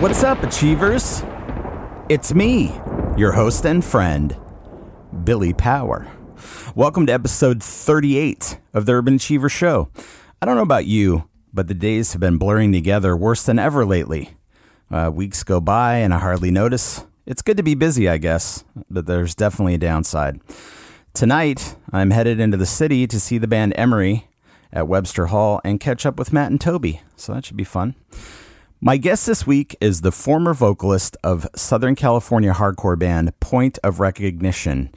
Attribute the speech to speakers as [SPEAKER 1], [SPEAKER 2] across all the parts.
[SPEAKER 1] What's up, Achievers? It's me, your host and friend, Billy Power. Welcome to episode 38 of the Urban Achiever Show. I don't know about you, but the days have been blurring together worse than ever lately. Uh, weeks go by and I hardly notice. It's good to be busy, I guess, but there's definitely a downside. Tonight, I'm headed into the city to see the band Emery at Webster Hall and catch up with Matt and Toby, so that should be fun. My guest this week is the former vocalist of Southern California hardcore band Point of Recognition,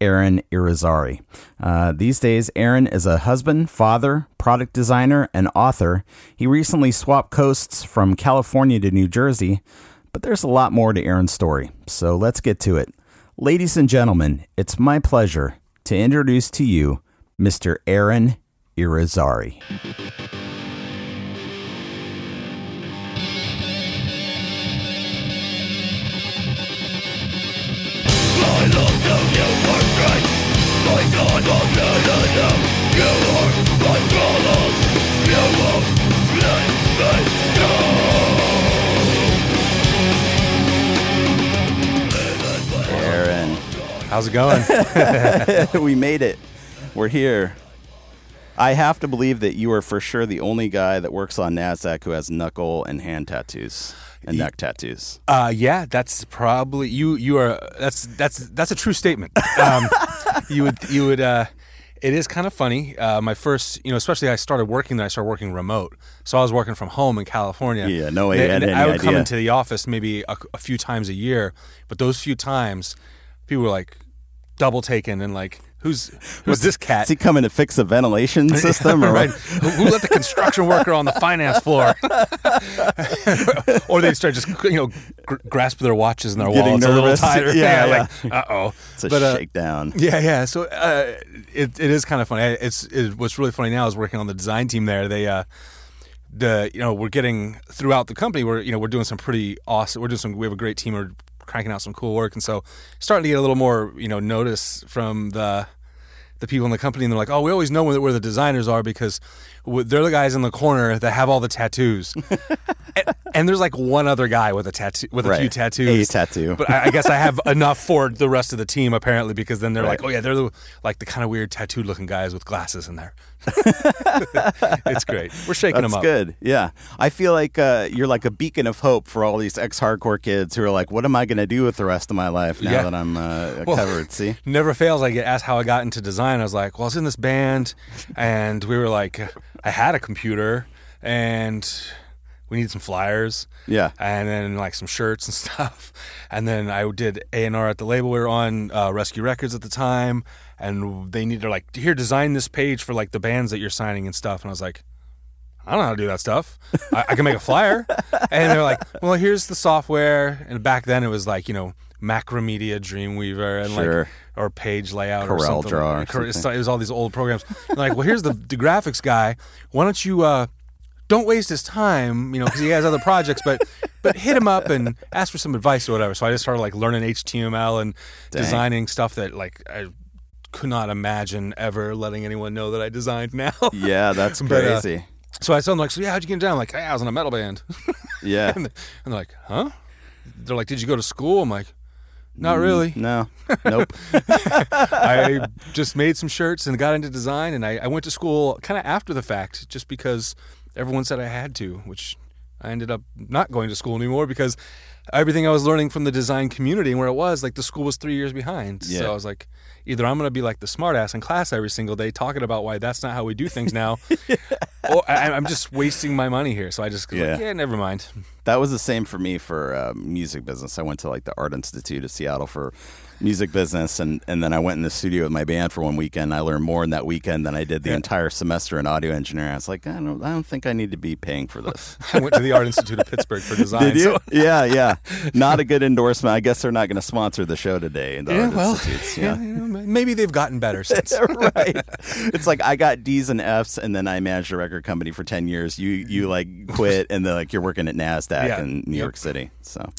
[SPEAKER 1] Aaron Irizarry. Uh, these days, Aaron is a husband, father, product designer, and author. He recently swapped coasts from California to New Jersey, but there's a lot more to Aaron's story, so let's get to it. Ladies and gentlemen, it's my pleasure to introduce to you Mr. Aaron Irizarry. Aaron,
[SPEAKER 2] How's it going?
[SPEAKER 1] we made it. We're here. I have to believe that you are for sure the only guy that works on Nasdaq who has knuckle and hand tattoos and neck tattoos.
[SPEAKER 2] uh, yeah, that's probably you. You are that's that's that's a true statement. Um, you would you would. Uh, it is kind of funny. Uh, my first, you know, especially I started working. Then I started working remote, so I was working from home in California.
[SPEAKER 1] Yeah, no way
[SPEAKER 2] And-
[SPEAKER 1] I had
[SPEAKER 2] and
[SPEAKER 1] any
[SPEAKER 2] I would come
[SPEAKER 1] idea.
[SPEAKER 2] into the office maybe a, a few times a year, but those few times, people were like double taken and like, "Who's who's this cat?"
[SPEAKER 1] Is he coming to fix the ventilation system or
[SPEAKER 2] right? who, who let the construction worker on the finance floor? or they start just you know gr- grasp their watches and their
[SPEAKER 1] Getting
[SPEAKER 2] wallets a little
[SPEAKER 1] nervous.
[SPEAKER 2] tighter.
[SPEAKER 1] Yeah,
[SPEAKER 2] like uh oh.
[SPEAKER 1] It's a shakedown.
[SPEAKER 2] yeah, yeah. So uh, it it is kind of funny. I- It's it, what's really funny now is working on the design team there. They uh, the you know we're getting throughout the company. We're you know we're doing some pretty awesome. We're doing some. We have a great team. We're cranking out some cool work, and so starting to get a little more you know notice from the the people in the company. And they're like, oh, we always know where, where the designers are because w- they're the guys in the corner that have all the tattoos. and, and there's like one other guy with a tattoo with a few
[SPEAKER 1] Right.
[SPEAKER 2] tattoos.
[SPEAKER 1] A tattoo.
[SPEAKER 2] But I, I guess I have enough for the rest of the team apparently because then they're
[SPEAKER 1] Right.
[SPEAKER 2] like, oh yeah, they're the, like the kind of weird tattooed looking guys with glasses in there. it's great. We're shaking
[SPEAKER 1] That's
[SPEAKER 2] them up.
[SPEAKER 1] good. Yeah. I feel like uh, you're like a beacon of hope for all these ex hardcore kids who are like, what am I going to do with the rest of my life now
[SPEAKER 2] Yeah.
[SPEAKER 1] that I'm uh,
[SPEAKER 2] Well,
[SPEAKER 1] covered? See?
[SPEAKER 2] Never fails. I get asked how I got into design. I was like, well, I was in this band, and we were like, I had a computer, and we need some flyers.
[SPEAKER 1] Yeah.
[SPEAKER 2] and then like some shirts and stuff. And then I did A and R at the label. We were on uh, Rescue Records at the time, and they needed like here design this page for like the bands that you're signing and stuff. And I was like, I don't know how to do that stuff. I, I can make a flyer. And they're like, well, here's the software. And back then it was like you know Macromedia, Dreamweaver, and
[SPEAKER 1] Sure.
[SPEAKER 2] like or Page Layout or
[SPEAKER 1] Corel
[SPEAKER 2] something.
[SPEAKER 1] Draw
[SPEAKER 2] like-
[SPEAKER 1] or
[SPEAKER 2] Cor- It was all these old programs. And like, well, here's the, the graphics guy. Why don't you? Uh, don't waste his time, you know, because he has other projects. But but hit him up and ask for some advice or whatever. So I just started like learning HTML and designing stuff that like I could not imagine ever letting anyone know that I designed now.
[SPEAKER 1] Yeah, that's
[SPEAKER 2] But, uh,
[SPEAKER 1] crazy.
[SPEAKER 2] So I told them like, so yeah, how'd you get down? I'm like, hey, I was in a metal band.
[SPEAKER 1] yeah.
[SPEAKER 2] and they're like, huh? They're like, did you go to school? I'm like, not really.
[SPEAKER 1] No. Nope.
[SPEAKER 2] I just made some shirts and got into design, and I, I went to school kind of after the fact, just because everyone said I had to, which I ended up not going to school anymore because everything I was learning from the design community and where it was, like the school was three years behind.
[SPEAKER 1] Yeah.
[SPEAKER 2] So I was like, either I'm going to be like the smartass in class every single day talking about why that's not how we do things now, or I, I'm just wasting my money here. So I just was
[SPEAKER 1] Yeah.
[SPEAKER 2] like, yeah, never mind.
[SPEAKER 1] That was the same for me for uh, music business. I went to like the Art Institute of Seattle for music business, and, and then I went in the studio with my band for one weekend. I learned more in that weekend than I did the entire semester in audio engineering. I was like, I don't, I don't think I need to be paying for this.
[SPEAKER 2] I went to the Art Institute of Pittsburgh for design.
[SPEAKER 1] Did you?
[SPEAKER 2] So
[SPEAKER 1] yeah, yeah. Not a good endorsement. I guess they're not going to sponsor the show today. The
[SPEAKER 2] yeah,
[SPEAKER 1] Art
[SPEAKER 2] well,
[SPEAKER 1] Institutes.
[SPEAKER 2] yeah,
[SPEAKER 1] Yeah.
[SPEAKER 2] you know, maybe they've gotten better since.
[SPEAKER 1] right. It's like I got D's and F's, and then I managed a record company for ten years. You you like quit, and then like you're working at Nasdaq
[SPEAKER 2] Yeah.
[SPEAKER 1] in New
[SPEAKER 2] Yep.
[SPEAKER 1] York City. So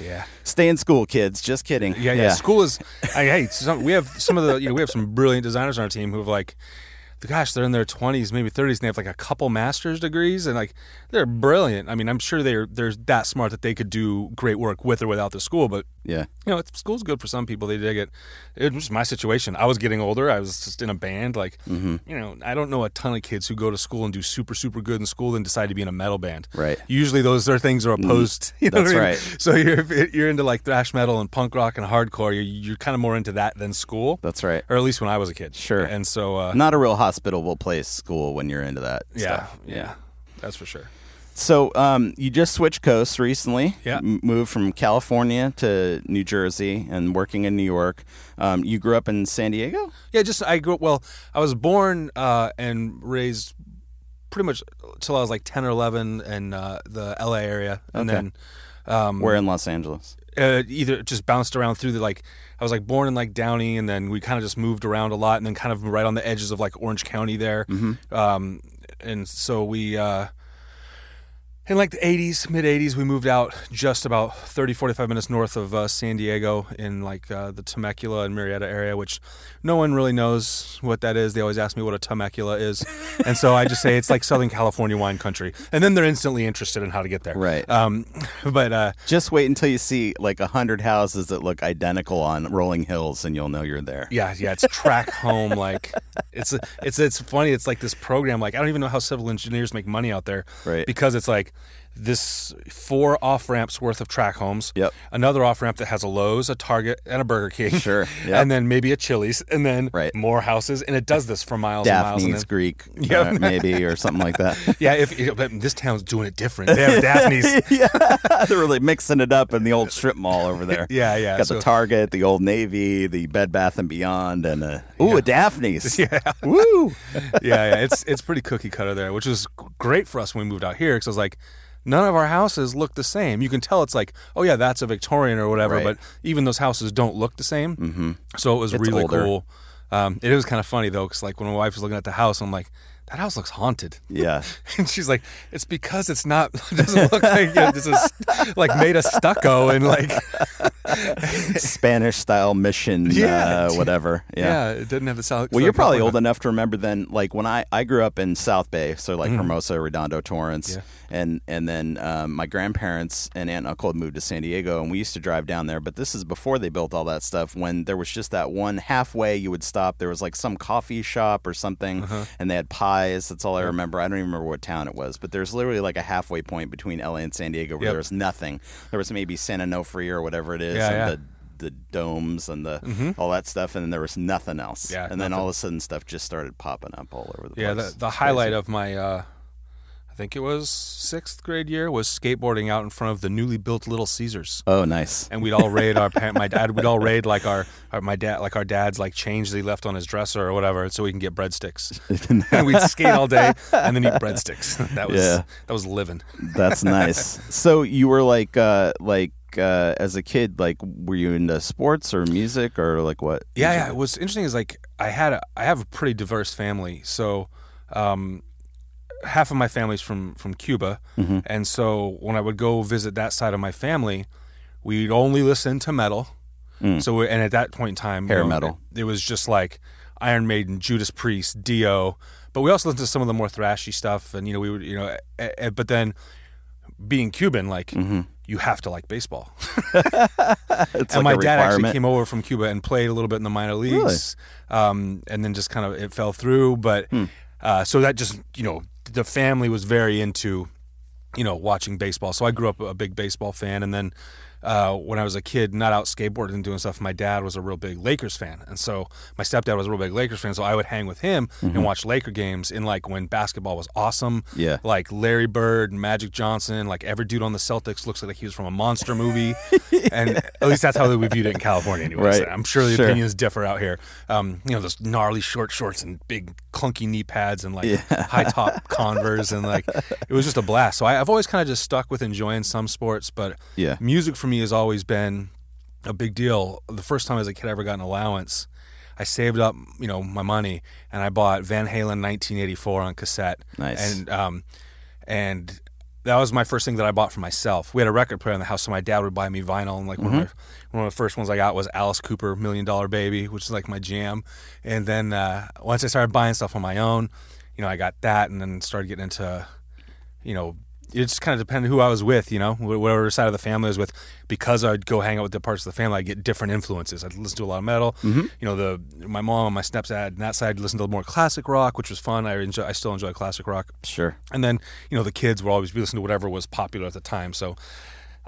[SPEAKER 2] Yeah.
[SPEAKER 1] stay in school, kids. Just kidding.
[SPEAKER 2] Yeah, yeah. School is. I, hey, some, we have some of the you know we have some brilliant designers on our team who have like gosh, they're in their 20s, maybe 30s, and they have like a couple master's degrees, and like they're brilliant. I mean, I'm sure they're they're that smart that they could do great work with or without the school, but
[SPEAKER 1] Yeah.
[SPEAKER 2] you know, it's, school's good for some people. They dig it. It was my situation. I was getting older. I was just in a band. Like,
[SPEAKER 1] Mm-hmm.
[SPEAKER 2] you know, I don't know a ton of kids who go to school and do super, super good in school and decide to be in a metal band.
[SPEAKER 1] Right. Mm-hmm.
[SPEAKER 2] Usually those are things are opposed. You know
[SPEAKER 1] That's
[SPEAKER 2] what I mean?
[SPEAKER 1] right.
[SPEAKER 2] So you're, if you're into like thrash metal and punk rock and hardcore. You're, you're kind of more into that than school.
[SPEAKER 1] That's right.
[SPEAKER 2] Or at least when I was a kid.
[SPEAKER 1] Sure.
[SPEAKER 2] And so, uh,
[SPEAKER 1] Not a real hospitable place, school, when you're into that
[SPEAKER 2] yeah,
[SPEAKER 1] stuff.
[SPEAKER 2] yeah, that's for sure.
[SPEAKER 1] So um, you just switched coasts recently.
[SPEAKER 2] Yeah.
[SPEAKER 1] M- moved from California to New Jersey and working in New York. Um, you grew up in San Diego?
[SPEAKER 2] Yeah, just I grew up. Well, I was born uh, and raised pretty much till I was like ten or eleven in uh, the L.A. area, and
[SPEAKER 1] Okay.
[SPEAKER 2] then um,
[SPEAKER 1] We're in Los Angeles.
[SPEAKER 2] uh, either just bounced around through the like. I was like born in like Downey, and then we kind of just moved around a lot, and then kind of right on the edges of like Orange County there. Um, and so we. Uh, in like the 80s mid 80s we moved out just about 30 45 minutes north of uh, san diego in like uh, the temecula and marietta area which no one really knows what that is they always ask me what a temecula is and so i just say it's like southern california wine country and then they're instantly interested in how to get there
[SPEAKER 1] Right.
[SPEAKER 2] um, but uh,
[SPEAKER 1] Just wait until you see like a hundred houses that look identical on rolling hills, and you'll know you're there.
[SPEAKER 2] Yeah, yeah, it's track home. Like, it's it's it's funny. It's like this program. Like, I don't even know how civil engineers make money out there,
[SPEAKER 1] Right.
[SPEAKER 2] Because it's like this four off ramps worth of track homes.
[SPEAKER 1] Yep.
[SPEAKER 2] Another off ramp that has a Lowe's, a Target, and a Burger King.
[SPEAKER 1] Sure, yep.
[SPEAKER 2] And then maybe a Chili's, and then
[SPEAKER 1] Right.
[SPEAKER 2] more houses, and it does this for miles and miles.
[SPEAKER 1] Daphne's
[SPEAKER 2] And then,
[SPEAKER 1] Greek,
[SPEAKER 2] Yeah.
[SPEAKER 1] uh, maybe, or something like that.
[SPEAKER 2] yeah, if, if this town's doing it different, they have Daphne's.
[SPEAKER 1] yeah, they're really mixing it up in the old strip mall over there.
[SPEAKER 2] Yeah, yeah,
[SPEAKER 1] Got
[SPEAKER 2] so-
[SPEAKER 1] the Target, the Old Navy, the Bed Bath and Beyond, and a, ooh, a Daphne's. Yeah, woo.
[SPEAKER 2] yeah, yeah, it's it's pretty cookie cutter there, which was g- great for us when we moved out here because I was like, none of our houses look the same. You can tell it's like, oh yeah, that's a Victorian or whatever,
[SPEAKER 1] Right.
[SPEAKER 2] but even those houses don't look the same. Mm-hmm. So it was really
[SPEAKER 1] older.
[SPEAKER 2] cool. Um, it was kind of funny though, because like when my wife was looking at the house, I'm like, that house looks haunted.
[SPEAKER 1] Yeah,
[SPEAKER 2] And she's like, "It's because it's not it doesn't look like it. This is like made of stucco and like
[SPEAKER 1] Spanish style mission,
[SPEAKER 2] Yeah.
[SPEAKER 1] uh, whatever.
[SPEAKER 2] yeah, it didn't have the south."
[SPEAKER 1] Well, you're probably old enough to remember then. Like when I, I grew up in South Bay, so like Hermosa, Redondo, Torrance,
[SPEAKER 2] Mm-hmm. Yeah.
[SPEAKER 1] and and then um, my grandparents and aunt and uncle had moved to San Diego, and we used to drive down there. But this is before they built all that stuff. When there was just that one halfway you would stop. There was like some coffee shop or something,
[SPEAKER 2] Uh-huh.
[SPEAKER 1] and they had pies. That's all I remember. I don't even remember what town it was, but there's literally like a halfway point between LA and San Diego where
[SPEAKER 2] Yep.
[SPEAKER 1] there was nothing. There was maybe San Onofre or whatever it is,
[SPEAKER 2] Yeah,
[SPEAKER 1] and
[SPEAKER 2] yeah. Mm-hmm.
[SPEAKER 1] the the domes and the all that stuff, and then there was nothing else.
[SPEAKER 2] Yeah,
[SPEAKER 1] and then all of a sudden stuff just started popping up all over the
[SPEAKER 2] Yeah,
[SPEAKER 1] place.
[SPEAKER 2] the, the highlight of my, uh, I think it was sixth grade year, was skateboarding out in front of the newly built Little Caesars.
[SPEAKER 1] oh, nice.
[SPEAKER 2] And we'd all raid our parent, my dad. We'd all raid like our, our my dad like our dad's like change that he left on his dresser or whatever, so we can get breadsticks. and we'd skate all day and then eat breadsticks. That was
[SPEAKER 1] Yeah.
[SPEAKER 2] that was living.
[SPEAKER 1] That's nice. So you were like, uh, like uh, as a kid, like were you into sports or music or like what?
[SPEAKER 2] Yeah, yeah. What's interesting is like I had a I have a pretty diverse family. So, um, half of my family's from from Cuba,
[SPEAKER 1] Mm-hmm.
[SPEAKER 2] and so when I would go visit that side of my family, we'd only listen to metal. So we, and at that point in time,
[SPEAKER 1] Mm. Hair metal.
[SPEAKER 2] It, it was just like Iron Maiden, Judas Priest, Dio. But we also listened to some of the more thrashy stuff, and you know we would you know, eh, eh, but then being Cuban, like you have to like baseball
[SPEAKER 1] Mm-hmm. It's like
[SPEAKER 2] and my
[SPEAKER 1] a
[SPEAKER 2] dad actually
[SPEAKER 1] requirement.
[SPEAKER 2] came over from Cuba and played a little bit in the minor leagues, um, and then just kind of it fell through. But
[SPEAKER 1] Hmm.
[SPEAKER 2] uh, so that just you know the family was very into you know watching baseball. So I grew up a big baseball fan, and then uh, when I was a kid, not out skateboarding and doing stuff, my dad was a real big Lakers fan, and so my stepdad was a real big Lakers fan. So I would hang with him and watch Laker games in like when basketball was awesome,
[SPEAKER 1] Mm-hmm. Yeah.
[SPEAKER 2] like Larry Bird, Magic Johnson, like every dude on the Celtics looks like he was from a monster movie, and at least that's how we viewed it in California. Anyway,
[SPEAKER 1] Right.
[SPEAKER 2] I'm sure the
[SPEAKER 1] Sure.
[SPEAKER 2] opinions differ out here. Um, you know, those gnarly short shorts and big clunky knee pads and like high top Converse, and like it was just a blast. So I, I've always kind of just stuck with enjoying some sports, but
[SPEAKER 1] Yeah.
[SPEAKER 2] music for me has always been a big deal. The first time as a kid I ever got an allowance, I saved up, you know, my money and I bought Van Halen 1984 on cassette.
[SPEAKER 1] Nice.
[SPEAKER 2] And um, and that was my first thing that I bought for myself. We had a record player in the house, so my dad would buy me vinyl, and like one, of my, one of the first ones I got was Alice Cooper Million Dollar Baby, which is like my jam. And then uh, once I started buying stuff on my own, you know, I got that, and then started getting into, you know, it just kind of depended who I was with, you know, wh- whatever side of the family I was with. Because I'd go hang out with the parts of the family, I'd get different influences. I'd listen to a lot of metal. You know, the my mom, and my stepdad, and that side listened to more classic rock, which was fun. I enjoy, I still enjoy classic rock.
[SPEAKER 1] Sure.
[SPEAKER 2] And then, you know, the kids would always be listening to whatever was popular at the time. So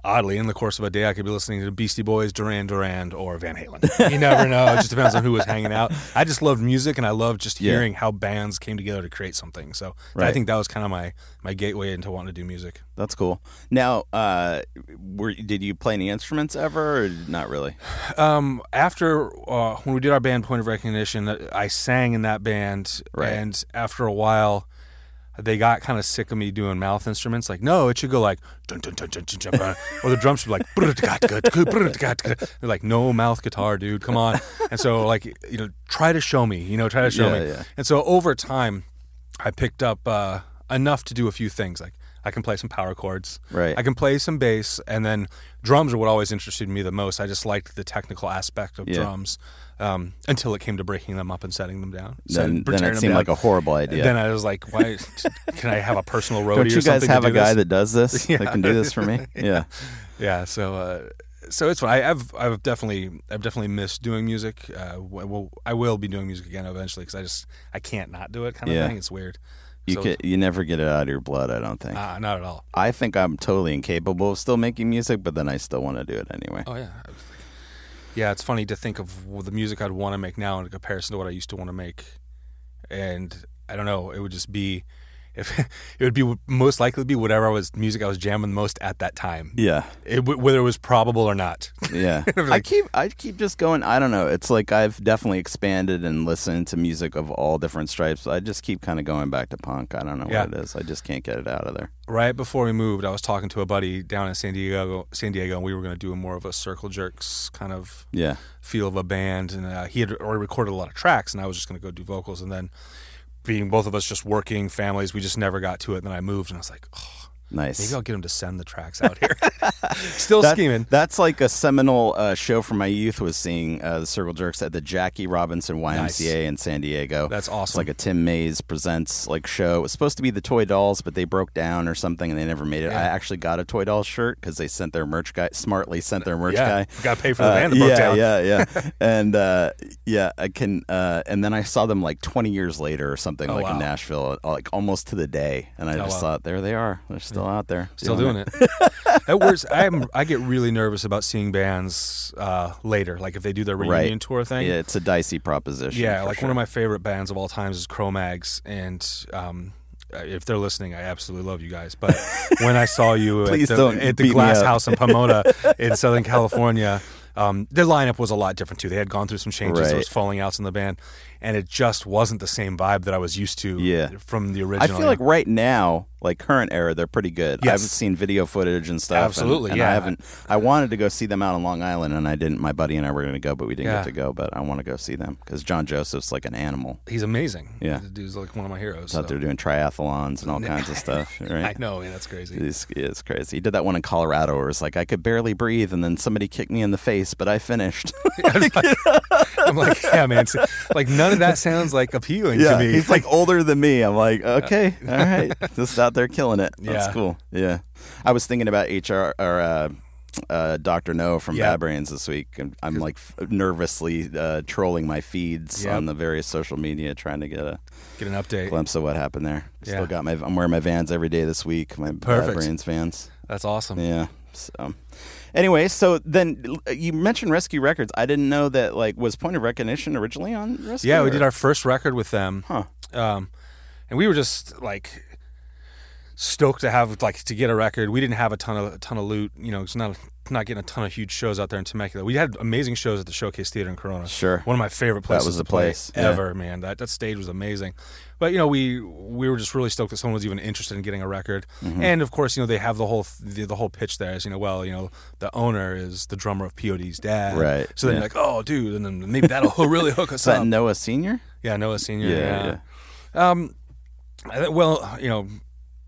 [SPEAKER 2] oddly, in the course of a day, I could be listening to Beastie Boys, Duran Duran, or Van Halen. You never know. It just depends on who was hanging out. I just loved music and I loved just
[SPEAKER 1] Yeah.
[SPEAKER 2] hearing how bands came together to create something. So I
[SPEAKER 1] Right.
[SPEAKER 2] think that was kind of my, my gateway into wanting to do music.
[SPEAKER 1] That's cool. Now, uh, were did you play any instruments ever? Or not really.
[SPEAKER 2] Um, after uh, when we did our band Point of Recognition, uh, I sang in that band,
[SPEAKER 1] Right.
[SPEAKER 2] and after a while, they got kind of sick of me doing mouth instruments. Like, no, it should go like dun dun dun dun dun, dun, dun," or the drums should be like. They're like, no mouth guitar, dude. Come on. And so, like, you know, try to show me. You know, try to show
[SPEAKER 1] Yeah,
[SPEAKER 2] me.
[SPEAKER 1] yeah.
[SPEAKER 2] And so over time, I picked up uh, enough to do a few things. Like I can play some power chords.
[SPEAKER 1] Right.
[SPEAKER 2] I can play some bass, and then drums are what always interested me the most. I just liked the technical aspect of
[SPEAKER 1] Yeah.
[SPEAKER 2] drums um, until it came to breaking them up and setting them down.
[SPEAKER 1] Then,
[SPEAKER 2] setting-
[SPEAKER 1] then
[SPEAKER 2] tearing
[SPEAKER 1] it
[SPEAKER 2] them
[SPEAKER 1] seemed
[SPEAKER 2] down.
[SPEAKER 1] like a horrible
[SPEAKER 2] And
[SPEAKER 1] idea.
[SPEAKER 2] Then I was like, why can I have a personal roadie
[SPEAKER 1] Don't
[SPEAKER 2] or
[SPEAKER 1] you guys
[SPEAKER 2] something to
[SPEAKER 1] have a
[SPEAKER 2] do
[SPEAKER 1] guy
[SPEAKER 2] this?
[SPEAKER 1] that does this? That can do this for me? Yeah.
[SPEAKER 2] Yeah, so uh, so it's fun. I, I've I've definitely I've definitely missed doing music. Uh, w- well, I will be doing music again eventually because I just I can't not do it kind of
[SPEAKER 1] Yeah.
[SPEAKER 2] thing. It's weird.
[SPEAKER 1] You
[SPEAKER 2] so,
[SPEAKER 1] can, you never get it out of your blood, I don't think.
[SPEAKER 2] uh, not at all.
[SPEAKER 1] I think I'm totally incapable of still making music, but then I still want to do it anyway.
[SPEAKER 2] Oh yeah. Yeah, it's funny to think of w- the music I'd want to make now in comparison to what I used to want to make, and I don't know. It would just be, if it would be most likely be whatever I was music I was jamming the most at that time,
[SPEAKER 1] Yeah.
[SPEAKER 2] it, w- whether it was probable or not.
[SPEAKER 1] Yeah. I
[SPEAKER 2] Like-
[SPEAKER 1] keep I keep just going, I don't know. It's like I've definitely expanded and listened to music of all different stripes. I just keep kind of going back to punk. I don't know
[SPEAKER 2] Yeah.
[SPEAKER 1] what it is. I just can't get it out of there.
[SPEAKER 2] right before we moved, I was talking to a buddy down in San Diego, San Diego, and we were going to do more of a circle jerks kind of
[SPEAKER 1] Yeah.
[SPEAKER 2] feel of a band, and uh, he had already recorded a lot of tracks, and I was just going to go do vocals, and then being both of us just working families, we just never got to it. And then I moved, and I was like, oh,
[SPEAKER 1] Nice.
[SPEAKER 2] maybe I'll get him to send the tracks out here. Still
[SPEAKER 1] That-
[SPEAKER 2] scheming.
[SPEAKER 1] That's like a seminal uh, show from my youth was seeing uh, the Circle Jerks at the Jackie Robinson YMCA in San Diego.
[SPEAKER 2] That's
[SPEAKER 1] It's
[SPEAKER 2] awesome.
[SPEAKER 1] like a Tim Mays presents like show. It was supposed to be the toy dolls, but they broke down or something, and they never made it. I actually got a toy doll shirt because they sent their merch guy smartly sent their merch
[SPEAKER 2] yeah,
[SPEAKER 1] guy.
[SPEAKER 2] got to pay for the
[SPEAKER 1] Uh,
[SPEAKER 2] band that broke
[SPEAKER 1] yeah,
[SPEAKER 2] down.
[SPEAKER 1] yeah, yeah, and uh, yeah, I can. Uh, and then I saw them like 20 years later or something, like in
[SPEAKER 2] Oh, wow. Oh,
[SPEAKER 1] Nashville, uh, like almost to the day. And I just
[SPEAKER 2] wow.
[SPEAKER 1] thought, there they are. They're still out there,
[SPEAKER 2] Still doing it. That works. I'm, I get really nervous about seeing bands uh, later, like if they do their reunion tour thing.
[SPEAKER 1] Yeah, it's a dicey proposition.
[SPEAKER 2] Yeah,
[SPEAKER 1] for
[SPEAKER 2] like
[SPEAKER 1] sure.
[SPEAKER 2] one of my favorite bands of all times is Cro-Mags, and um, if they're listening, I absolutely love you guys. But when I saw you at
[SPEAKER 1] Please
[SPEAKER 2] the,
[SPEAKER 1] don't beat
[SPEAKER 2] at the
[SPEAKER 1] me
[SPEAKER 2] Glass
[SPEAKER 1] up.
[SPEAKER 2] House in Pomona in Southern California, um, their lineup was a lot different too. They had gone through some changes, there
[SPEAKER 1] Right.
[SPEAKER 2] was falling outs in the band, and it just wasn't the same vibe that I was used to
[SPEAKER 1] Yeah.
[SPEAKER 2] from the
[SPEAKER 1] I
[SPEAKER 2] original.
[SPEAKER 1] feel like right now, like current era, they're pretty good.
[SPEAKER 2] Yes.
[SPEAKER 1] I've seen video footage and stuff. and-
[SPEAKER 2] Absolutely,
[SPEAKER 1] and I
[SPEAKER 2] yeah.
[SPEAKER 1] haven't. I wanted to go see them out on Long Island, and I didn't. My buddy and I were going to go, but we didn't
[SPEAKER 2] Yeah.
[SPEAKER 1] get to go. But I want to go see them because John Joseph's like an animal.
[SPEAKER 2] he's amazing.
[SPEAKER 1] Yeah.
[SPEAKER 2] the dude's like one of my heroes.
[SPEAKER 1] He's out
[SPEAKER 2] so.
[SPEAKER 1] there doing triathlons and all kinds of stuff.
[SPEAKER 2] I
[SPEAKER 1] Right?
[SPEAKER 2] know, man, that's crazy.
[SPEAKER 1] It's, it's crazy. He did that one in Colorado where it's like I could barely breathe, and then somebody kicked me in the face, but I finished.
[SPEAKER 2] I'm like, yeah, man. it's- like none of that sounds like appealing to me.
[SPEAKER 1] he's like older than me. I'm like, okay, all right, just out there killing it. That's
[SPEAKER 2] Yeah.
[SPEAKER 1] cool. Yeah, I was thinking about HR or uh, uh, Doctor No from
[SPEAKER 2] Yeah.
[SPEAKER 1] Bad Brains this week, and I'm like f- nervously uh, trolling my feeds
[SPEAKER 2] Yep.
[SPEAKER 1] on the various social media, trying to get a
[SPEAKER 2] Get an update.
[SPEAKER 1] glimpse of what happened there. Still
[SPEAKER 2] Yeah.
[SPEAKER 1] got my. I'm wearing my Vans every day this week. My Bad
[SPEAKER 2] Perfect.
[SPEAKER 1] Brains Vans.
[SPEAKER 2] That's awesome.
[SPEAKER 1] Yeah. So, anyway, so then l- you mentioned Rescue Records. I didn't know that. Like, was Point of Recognition originally on Rescue?
[SPEAKER 2] Yeah, we
[SPEAKER 1] or-
[SPEAKER 2] did our first record with them.
[SPEAKER 1] Huh.
[SPEAKER 2] Um, and we were just like stoked to have like to get a record. We didn't have a ton of a ton of loot, you know, it's not not getting a ton of huge shows out there in Temecula. We had amazing shows at the Showcase Theater in Corona.
[SPEAKER 1] Sure.
[SPEAKER 2] One of my favorite places
[SPEAKER 1] was
[SPEAKER 2] to
[SPEAKER 1] the
[SPEAKER 2] play
[SPEAKER 1] place, yeah.
[SPEAKER 2] ever, man. That that stage was amazing. But you know, we we were just really stoked that someone was even interested in getting a record.
[SPEAKER 1] Mm-hmm.
[SPEAKER 2] And of course, you know, they have the whole the, the whole pitch there is, you know, well, you know, the owner is the drummer of POD's dad.
[SPEAKER 1] Right,
[SPEAKER 2] So then
[SPEAKER 1] yeah.
[SPEAKER 2] you're like, "Oh, dude, and then maybe that'll really hook us
[SPEAKER 1] Is that
[SPEAKER 2] up."
[SPEAKER 1] Noah Senior?
[SPEAKER 2] Yeah, Noah Senior.
[SPEAKER 1] Yeah,
[SPEAKER 2] Yeah. Um, I th- well, you know,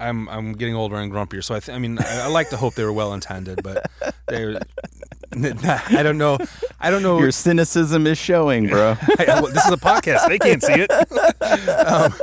[SPEAKER 2] I'm I'm getting older and grumpier. So I th- I mean I, I like to hope they were well intended, but they were, I don't know I don't know
[SPEAKER 1] Your cynicism is showing, bro.
[SPEAKER 2] this is a podcast. They can't see it. um,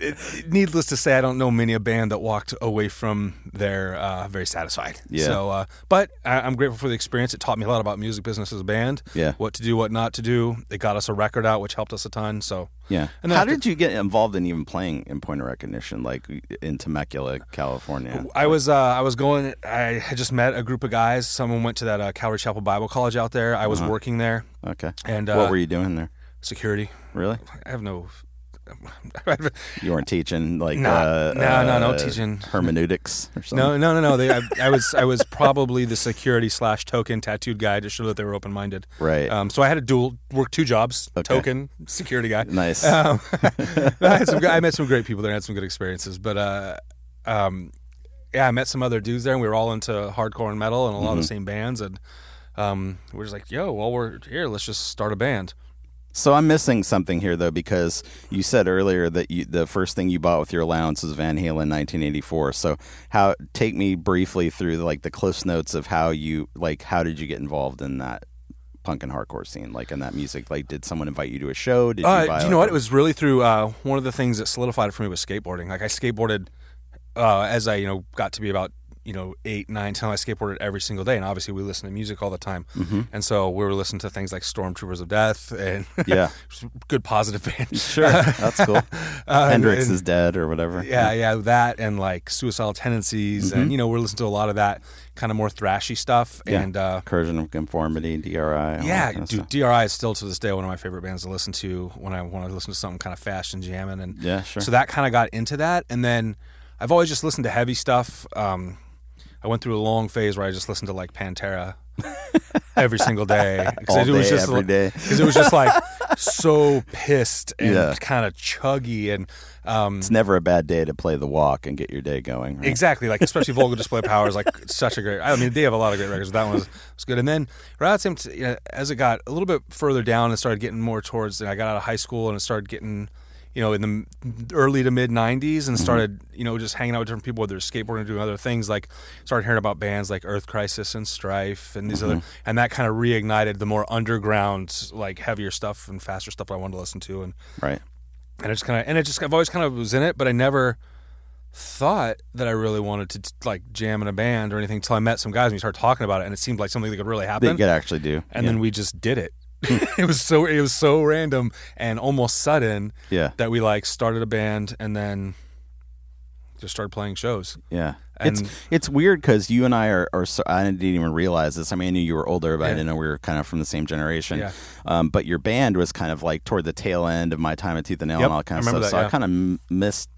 [SPEAKER 2] it- Needless to say, I don't know many a band that walked away from there uh, very satisfied.
[SPEAKER 1] Yeah.
[SPEAKER 2] So, uh, but I, I'm grateful for the experience. It taught me a lot about music business as a band.
[SPEAKER 1] Yeah.
[SPEAKER 2] What to do, what not to do. It got us a record out, which helped us a ton. So.
[SPEAKER 1] yeah.
[SPEAKER 2] And then
[SPEAKER 1] How
[SPEAKER 2] after-
[SPEAKER 1] did you get involved in even playing in Point of Recognition, like in Temecula, California?
[SPEAKER 2] I was uh, I was going. I had just met a group of guys. Someone went to that uh, Calvary Chapel Bible College out there. I was working there,
[SPEAKER 1] Okay.
[SPEAKER 2] and uh,
[SPEAKER 1] What were you doing there?
[SPEAKER 2] security.
[SPEAKER 1] Really?
[SPEAKER 2] I have no.
[SPEAKER 1] You weren't teaching like
[SPEAKER 2] Nah,
[SPEAKER 1] uh,
[SPEAKER 2] nah, nah, no
[SPEAKER 1] uh,
[SPEAKER 2] teaching.
[SPEAKER 1] hermeneutics or something.
[SPEAKER 2] No, no, no, no. They, I, I was, I was probably the security slash token tattooed guy to show that they were open minded.
[SPEAKER 1] Right.
[SPEAKER 2] Um, so I had a dual work two jobs,
[SPEAKER 1] Okay.
[SPEAKER 2] token security guy.
[SPEAKER 1] Nice.
[SPEAKER 2] Um, I, had some, I met some great people there, had some good experiences, but uh, um, yeah, I met some other dudes there, and we were all into hardcore and metal and a lot
[SPEAKER 1] Mm-hmm.
[SPEAKER 2] of the same bands, and um, we we're just like, yo, while we're here, let's just start a band.
[SPEAKER 1] So I'm missing something here though because you said earlier that you, the first thing you bought with your allowance was Van Halen 1984. So how take me briefly through like the close notes of how you like how did you get involved in that punk and hardcore scene like in that music like did someone invite you to a show did you buy,
[SPEAKER 2] Uh, do you
[SPEAKER 1] like,
[SPEAKER 2] know what?
[SPEAKER 1] a-
[SPEAKER 2] It was really through uh, one of the things that solidified it for me was skateboarding. Like I skateboarded uh, as I you know got to be about you know eight, nine, ten. I skateboarded every single day, and obviously we listened to music all the time,
[SPEAKER 1] Mm-hmm.
[SPEAKER 2] and so we were listening to things like Stormtroopers of Death and
[SPEAKER 1] Yeah.
[SPEAKER 2] good positive band.
[SPEAKER 1] Sure. That's cool.
[SPEAKER 2] Uh,
[SPEAKER 1] Hendrix
[SPEAKER 2] and-
[SPEAKER 1] is dead or whatever.
[SPEAKER 2] yeah, yeah, that and like suicidal tendencies,
[SPEAKER 1] Mm-hmm.
[SPEAKER 2] and you know we're listening to a lot of that kind of more thrashy stuff, and uh,
[SPEAKER 1] Incursion of Conformity, DRI. all that
[SPEAKER 2] Yeah,
[SPEAKER 1] kinda
[SPEAKER 2] dude,
[SPEAKER 1] stuff.
[SPEAKER 2] DRI is still to this day one of my favorite bands to listen to when I want to listen to something kind of fast and jamming. And
[SPEAKER 1] Yeah, sure.
[SPEAKER 2] So that kind of got into that, and then I've always just listened to heavy stuff. Um, I went through a long phase where I just listened to like Pantera every single day
[SPEAKER 1] All
[SPEAKER 2] it was
[SPEAKER 1] day,
[SPEAKER 2] just
[SPEAKER 1] every day.
[SPEAKER 2] because it was just like so pissed and
[SPEAKER 1] Yeah.
[SPEAKER 2] kind of chuggy and um,
[SPEAKER 1] It's never a bad day to play the walk and get your day going. Right?
[SPEAKER 2] Exactly, like especially Vulgar Display of Power is like such a great. I mean, they have a lot of great records. but That one was, was good. And then right at the same t- you know, as it got a little bit further down and started getting more towards, and I got out of high school and it started getting, you know, in the m- early to mid '90s, and started you know just hanging out with different people, whether it's skateboarding or doing other things. Like started hearing about bands like Earth Crisis and Strife and these other, and that kind of reignited the more underground, like heavier stuff and faster stuff I wanted to listen to, and
[SPEAKER 1] Right.
[SPEAKER 2] and I just kind of and I just I've always kind of was in it, but I never thought that I really wanted to t- like jam in a band or anything until I met some guys and we started talking about it, and it seemed like something that could really
[SPEAKER 1] That
[SPEAKER 2] happen.
[SPEAKER 1] you could actually do.
[SPEAKER 2] and
[SPEAKER 1] yeah. Hmm.
[SPEAKER 2] then we just did it. it was so it was so random and almost sudden
[SPEAKER 1] Yeah.
[SPEAKER 2] that we like started a band and then just started playing shows.
[SPEAKER 1] Yeah.
[SPEAKER 2] And-
[SPEAKER 1] it's it's weird because you and I are, are so, I didn't even realize this. I mean, I knew you were older, but I
[SPEAKER 2] Yeah.
[SPEAKER 1] didn't know we were kind of from the same generation.
[SPEAKER 2] Yeah.
[SPEAKER 1] Um, but your band was kind of like toward the tail end of my time at Tooth and Nail
[SPEAKER 2] Yep,
[SPEAKER 1] and all that kind
[SPEAKER 2] I
[SPEAKER 1] of stuff.
[SPEAKER 2] remember
[SPEAKER 1] so
[SPEAKER 2] that,
[SPEAKER 1] I
[SPEAKER 2] yeah.
[SPEAKER 1] kind of m- missed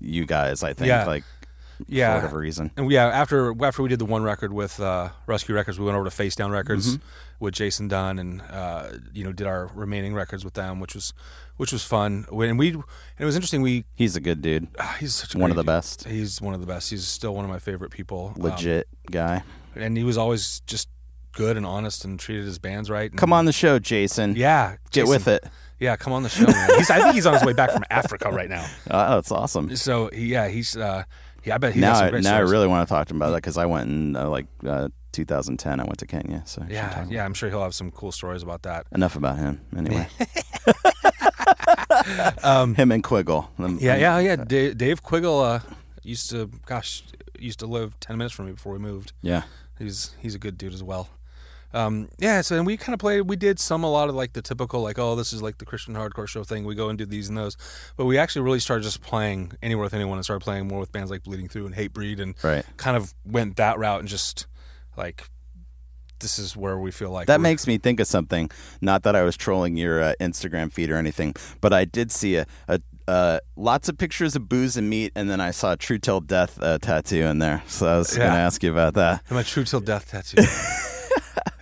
[SPEAKER 1] you guys. I think
[SPEAKER 2] Yeah. Uh,
[SPEAKER 1] like for
[SPEAKER 2] Yeah,
[SPEAKER 1] whatever reason.
[SPEAKER 2] And we, yeah, after after we did the one record with uh, Rescue Records, we went over to Face Down Records
[SPEAKER 1] Mm-hmm.
[SPEAKER 2] with Jason Dunn, and uh, you know did our remaining records with them, which was which was fun. We- And we and it was interesting. We
[SPEAKER 1] He's a good dude,
[SPEAKER 2] ah, he's such a
[SPEAKER 1] one of
[SPEAKER 2] great
[SPEAKER 1] the
[SPEAKER 2] dude.
[SPEAKER 1] best,
[SPEAKER 2] He's one of the best. He's still one of my favorite people. Um,
[SPEAKER 1] legit guy.
[SPEAKER 2] and he was always just good and honest and treated his bands right. And-
[SPEAKER 1] Come on the show, Jason.
[SPEAKER 2] yeah,
[SPEAKER 1] Get
[SPEAKER 2] Jason.
[SPEAKER 1] with it.
[SPEAKER 2] Yeah, come on the show. Man. He's, I think he's on his way back from Africa right now.
[SPEAKER 1] Oh, that's awesome.
[SPEAKER 2] So he, yeah, he's uh, yeah. I bet he
[SPEAKER 1] now,
[SPEAKER 2] has some
[SPEAKER 1] I,
[SPEAKER 2] great
[SPEAKER 1] now I
[SPEAKER 2] stories.
[SPEAKER 1] really want to talk to him about that because I went in uh, like uh, 2010. I went to Kenya. So I should talk
[SPEAKER 2] yeah,
[SPEAKER 1] about-
[SPEAKER 2] yeah. I'm sure he'll have some cool stories about that.
[SPEAKER 1] Enough about him. Anyway,
[SPEAKER 2] Um,
[SPEAKER 1] him and Quiggle. Them-
[SPEAKER 2] Yeah, yeah, yeah. Dave, Dave Quiggle uh, used to, gosh, used to live ten minutes from me before we moved.
[SPEAKER 1] yeah.
[SPEAKER 2] He's he's a good dude as well. Um, yeah, so and we kind of played. We did some a lot of like the typical like, oh, this is like the Christian hardcore show thing. We go and do these and those, but we actually really started just playing anywhere with anyone and started playing more with bands like Bleeding Through and Hate Breed and
[SPEAKER 1] Right.
[SPEAKER 2] kind of went that route and just like this is where we feel like
[SPEAKER 1] That
[SPEAKER 2] we're-
[SPEAKER 1] makes me think of something. Not that I was trolling your uh, Instagram feed or anything, but I did see a, a uh, lots of pictures of booze and meat, and then I saw a True Till Death uh, tattoo in there. So I was going to
[SPEAKER 2] Yeah.
[SPEAKER 1] ask you about that.
[SPEAKER 2] my true till death tattoo.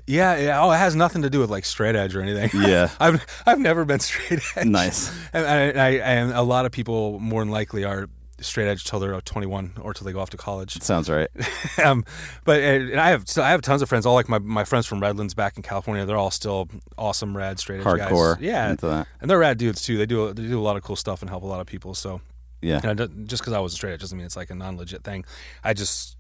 [SPEAKER 2] yeah, yeah. Oh, it has nothing to do with like straight edge or anything.
[SPEAKER 1] Yeah.
[SPEAKER 2] I've I've never been straight edge.
[SPEAKER 1] Nice.
[SPEAKER 2] And I, and I and a lot of people more than likely are straight edge till they're 21 or till they go off to college.
[SPEAKER 1] Sounds right.
[SPEAKER 2] um, but and I have so I have tons of friends. All like my, my friends from Redlands back in California. They're all still awesome rad straight edge guys.
[SPEAKER 1] Hardcore
[SPEAKER 2] Yeah.
[SPEAKER 1] into that.
[SPEAKER 2] And they're rad dudes too. They do they do a lot of cool stuff and help a lot of people. So
[SPEAKER 1] Yeah.
[SPEAKER 2] You know, d- just because I was straight, it doesn't mean it's like a non-legit thing. I just,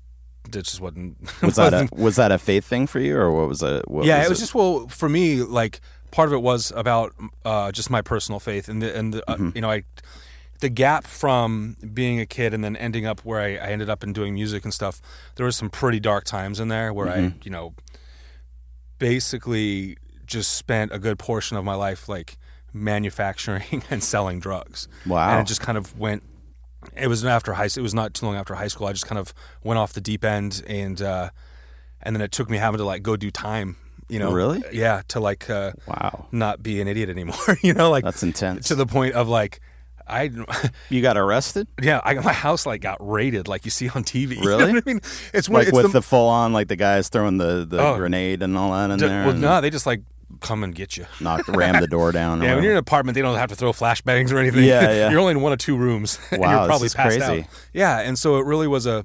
[SPEAKER 2] it just wasn't.
[SPEAKER 1] Was that a
[SPEAKER 2] wasn't-
[SPEAKER 1] uh, was that a faith thing for you, or what was it? What
[SPEAKER 2] yeah, it was just well for me. Like part of it was about uh, just my personal faith, and the, and the, uh, you know, I the gap from being a kid and then ending up where I, I ended up in doing music and stuff. There was some pretty dark times in there where I, you know, basically just spent a good portion of my life like manufacturing and selling drugs.
[SPEAKER 1] Wow.
[SPEAKER 2] And it just kind of went it was after high it was not too long after high school. I just kind of went off the deep end and uh and then it took me having to like go do time, you know.
[SPEAKER 1] Really?
[SPEAKER 2] Yeah, to like uh
[SPEAKER 1] wow.
[SPEAKER 2] not be an idiot anymore, you know, like
[SPEAKER 1] That's intense.
[SPEAKER 2] to the point of like I
[SPEAKER 1] You got arrested,
[SPEAKER 2] yeah, I my house like got raided like you see on TV. You know
[SPEAKER 1] Really?
[SPEAKER 2] what I mean? It's when
[SPEAKER 1] like
[SPEAKER 2] it's
[SPEAKER 1] with the,
[SPEAKER 2] the,
[SPEAKER 1] full on, like the guys throwing the, the
[SPEAKER 2] Oh.
[SPEAKER 1] grenade and all that in there.
[SPEAKER 2] well,
[SPEAKER 1] and
[SPEAKER 2] no, they just like come and get you.
[SPEAKER 1] knocked, rammed the door down. or
[SPEAKER 2] Yeah, when
[SPEAKER 1] whatever.
[SPEAKER 2] you're in an apartment, they don't have to throw flashbangs or anything.
[SPEAKER 1] Yeah, yeah.
[SPEAKER 2] you're only in one or two rooms. and
[SPEAKER 1] Wow,
[SPEAKER 2] you're
[SPEAKER 1] this
[SPEAKER 2] probably
[SPEAKER 1] is
[SPEAKER 2] passed
[SPEAKER 1] crazy.
[SPEAKER 2] out. Yeah, and so it really was a.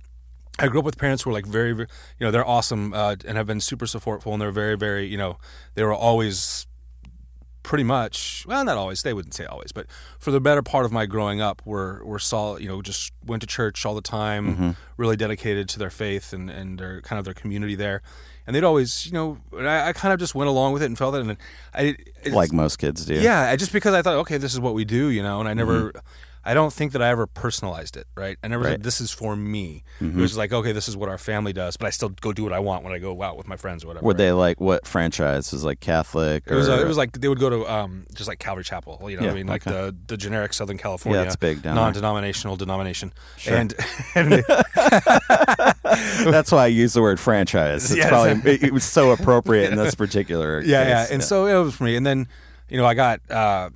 [SPEAKER 2] I grew up with parents who were like very, very you know, they're awesome uh, and have been super supportful, and they're very, very, you know, they were always pretty much well not always they wouldn't say always but for the better part of my growing up were were solid you know just went to church all the time
[SPEAKER 1] Mm-hmm.
[SPEAKER 2] really dedicated to their faith and and their kind of their community there and they'd always you know and I, I kind of just went along with it and felt it and i it,
[SPEAKER 1] like most kids do.
[SPEAKER 2] yeah, I- just because I thought, okay, this is what we do, you know, and I never, I don't think that I ever personalized it, right? I
[SPEAKER 1] Mm-hmm.
[SPEAKER 2] never
[SPEAKER 1] Right. Mm-hmm.
[SPEAKER 2] said this is for me. It was like, okay, this is what our family does, but I still go do what I want when I go out with my friends or whatever.
[SPEAKER 1] Were
[SPEAKER 2] right?
[SPEAKER 1] they like what franchise was like Catholic? Or,
[SPEAKER 2] It was, uh, it was like they would go to um, just like Calvary Chapel, you know what
[SPEAKER 1] Yeah,
[SPEAKER 2] I mean? Like the, the generic Southern California
[SPEAKER 1] Yeah, it's big down there.
[SPEAKER 2] non denominational denomination. And, and they-
[SPEAKER 1] that's why I use the word franchise. It's
[SPEAKER 2] Yes.
[SPEAKER 1] probably it, it was so appropriate in this particular.
[SPEAKER 2] yeah, yeah.
[SPEAKER 1] case.
[SPEAKER 2] And so it was for me. And then, you know, I got, uh,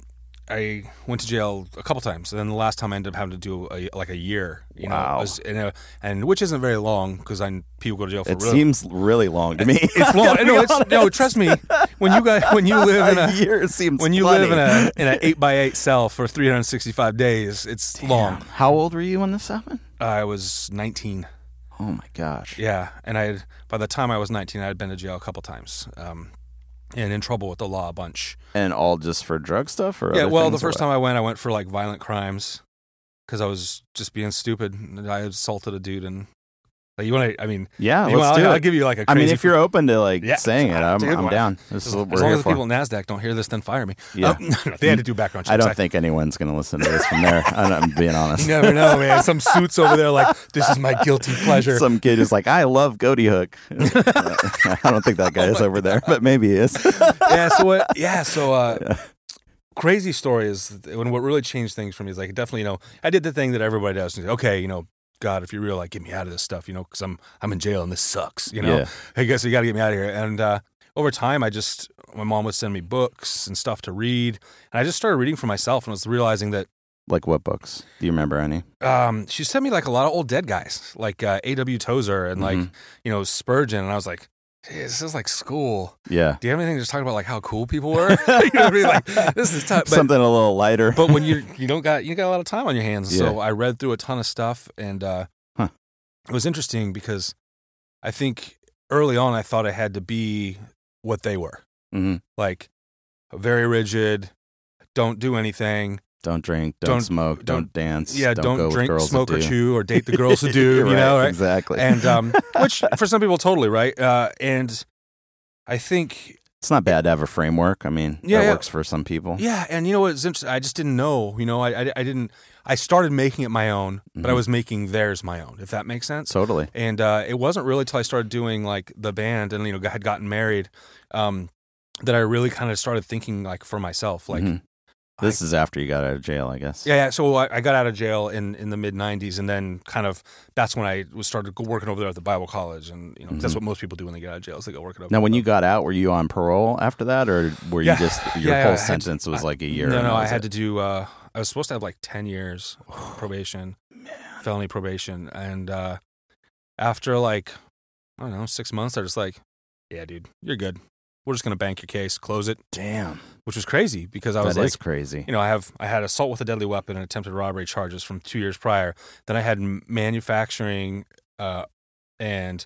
[SPEAKER 2] I went to jail a couple times, and then the last time I ended up having to do a, like a year. You
[SPEAKER 1] Wow.
[SPEAKER 2] know, was- and, uh, and which isn't very long because I people go to jail for
[SPEAKER 1] it
[SPEAKER 2] really.
[SPEAKER 1] seems really long to me.
[SPEAKER 2] it's long. No, it's, no, trust me. When you got when you live in
[SPEAKER 1] a
[SPEAKER 2] a
[SPEAKER 1] year seems
[SPEAKER 2] when you
[SPEAKER 1] plenty.
[SPEAKER 2] live in a in an eight by eight cell for 365 days, it's long.
[SPEAKER 1] How old were you when this happened?
[SPEAKER 2] I was 19.
[SPEAKER 1] Oh my gosh.
[SPEAKER 2] Yeah, and I had by the time I was 19, I had been to jail a couple times, um, and in trouble with the law a bunch.
[SPEAKER 1] And all just for drug stuff, or
[SPEAKER 2] Yeah,
[SPEAKER 1] other
[SPEAKER 2] well, the
[SPEAKER 1] things, or
[SPEAKER 2] first
[SPEAKER 1] what?
[SPEAKER 2] time I went, I went for like violent crimes because I was just being stupid. And I assaulted a dude, and like, you want to? I mean,
[SPEAKER 1] Yeah,
[SPEAKER 2] you
[SPEAKER 1] let's
[SPEAKER 2] wanna-
[SPEAKER 1] do
[SPEAKER 2] I'll,
[SPEAKER 1] it.
[SPEAKER 2] I'll give you like a
[SPEAKER 1] I
[SPEAKER 2] crazy.
[SPEAKER 1] mean, if you're open to like
[SPEAKER 2] Yeah.
[SPEAKER 1] saying it, I'm,
[SPEAKER 2] Dude,
[SPEAKER 1] I'm
[SPEAKER 2] why-
[SPEAKER 1] down. This
[SPEAKER 2] as,
[SPEAKER 1] is what we're
[SPEAKER 2] as long
[SPEAKER 1] here
[SPEAKER 2] as the
[SPEAKER 1] for.
[SPEAKER 2] people at Nasdaq don't hear this, then fire me.
[SPEAKER 1] Yeah.
[SPEAKER 2] Um, they had to do background checks.
[SPEAKER 1] I don't think anyone's going to listen to this from there. I'm, I'm being honest.
[SPEAKER 2] You never know, man. Some suits over there, like this is my guilty pleasure.
[SPEAKER 1] Some kid is like, I love Goaty Hook. I don't think that guy is over there, but maybe he is.
[SPEAKER 2] yeah. So what? Yeah. So uh, crazy story is when what really changed things for me is like definitely you know I did the thing that everybody does. and say, Okay, you know. God, if you're real, like get me out of this stuff, you know, because I'm I'm in jail and this sucks, you know.
[SPEAKER 1] Yeah.
[SPEAKER 2] I guess you got to get me out of here. And uh, over time, I just my mom would send me books and stuff to read, and I just started reading for myself and was realizing that
[SPEAKER 1] Like what books? Do you remember any?
[SPEAKER 2] um, she sent me like a lot of old dead guys, like uh, A.W. Tozer and like you know Spurgeon, and I was like, "Hey, this is like school.
[SPEAKER 1] Yeah.
[SPEAKER 2] Do you have anything to just talk about like how cool people were? you know what I mean? Like this is tough. But,
[SPEAKER 1] Something a little lighter.
[SPEAKER 2] but when you you don't got you got a lot of time on your hands,
[SPEAKER 1] Yeah.
[SPEAKER 2] so I read through a ton of stuff, and uh,
[SPEAKER 1] Huh.
[SPEAKER 2] it was interesting because I think early on I thought I had to be what they were,
[SPEAKER 1] hmm
[SPEAKER 2] like very rigid, don't do anything,
[SPEAKER 1] Don't drink, don't,
[SPEAKER 2] Don't-
[SPEAKER 1] smoke, don't,
[SPEAKER 2] don't-
[SPEAKER 1] dance.
[SPEAKER 2] yeah,
[SPEAKER 1] don't,
[SPEAKER 2] don't,
[SPEAKER 1] go with
[SPEAKER 2] drink,
[SPEAKER 1] girls that
[SPEAKER 2] smoke, or
[SPEAKER 1] do.
[SPEAKER 2] chew, or date the girls who do.
[SPEAKER 1] You're
[SPEAKER 2] You know, right?
[SPEAKER 1] Exactly.
[SPEAKER 2] and um, which for some people totally right. Uh, and I think
[SPEAKER 1] it's not bad to have a framework. I mean,
[SPEAKER 2] Yeah,
[SPEAKER 1] that
[SPEAKER 2] yeah.
[SPEAKER 1] works for some people.
[SPEAKER 2] yeah, and you know what's interesting? I just didn't know. You know, I I, I didn't. I started making it my own, but I
[SPEAKER 1] Mhm.
[SPEAKER 2] was making theirs my own. If that makes sense.
[SPEAKER 1] Totally.
[SPEAKER 2] And uh, it wasn't really till I started doing like the band and you know had gotten married um, that I really kind of started thinking like for myself. Like
[SPEAKER 1] Mhm. this is after you got out of jail, I guess.
[SPEAKER 2] Yeah, yeah. So I, I got out of jail in, in the mid '90s, and then kind of that's when I was started go- working over there at the Bible College, and you know 'cause that's what most people do when they get out of jail is they go work it over.
[SPEAKER 1] Mm-hmm. Now, when you got out, were you on parole after that, or were you
[SPEAKER 2] Yeah.
[SPEAKER 1] just your
[SPEAKER 2] Yeah, yeah,
[SPEAKER 1] whole
[SPEAKER 2] I had to-
[SPEAKER 1] sentence was like a year?
[SPEAKER 2] no,
[SPEAKER 1] and
[SPEAKER 2] no,
[SPEAKER 1] that
[SPEAKER 2] I
[SPEAKER 1] was
[SPEAKER 2] had
[SPEAKER 1] it?
[SPEAKER 2] to do. Uh, I was supposed to have like ten years of probation, felony probation, and uh, after like I don't know six months, they're just like, "Yeah, dude, you're good. We're just gonna bank your case, close it,"
[SPEAKER 1] Damn,
[SPEAKER 2] which was crazy because I
[SPEAKER 1] that
[SPEAKER 2] was
[SPEAKER 1] is
[SPEAKER 2] like,
[SPEAKER 1] crazy.
[SPEAKER 2] you know, I have I had assault with a deadly weapon and attempted robbery charges from two years prior. Then I had m- manufacturing uh, and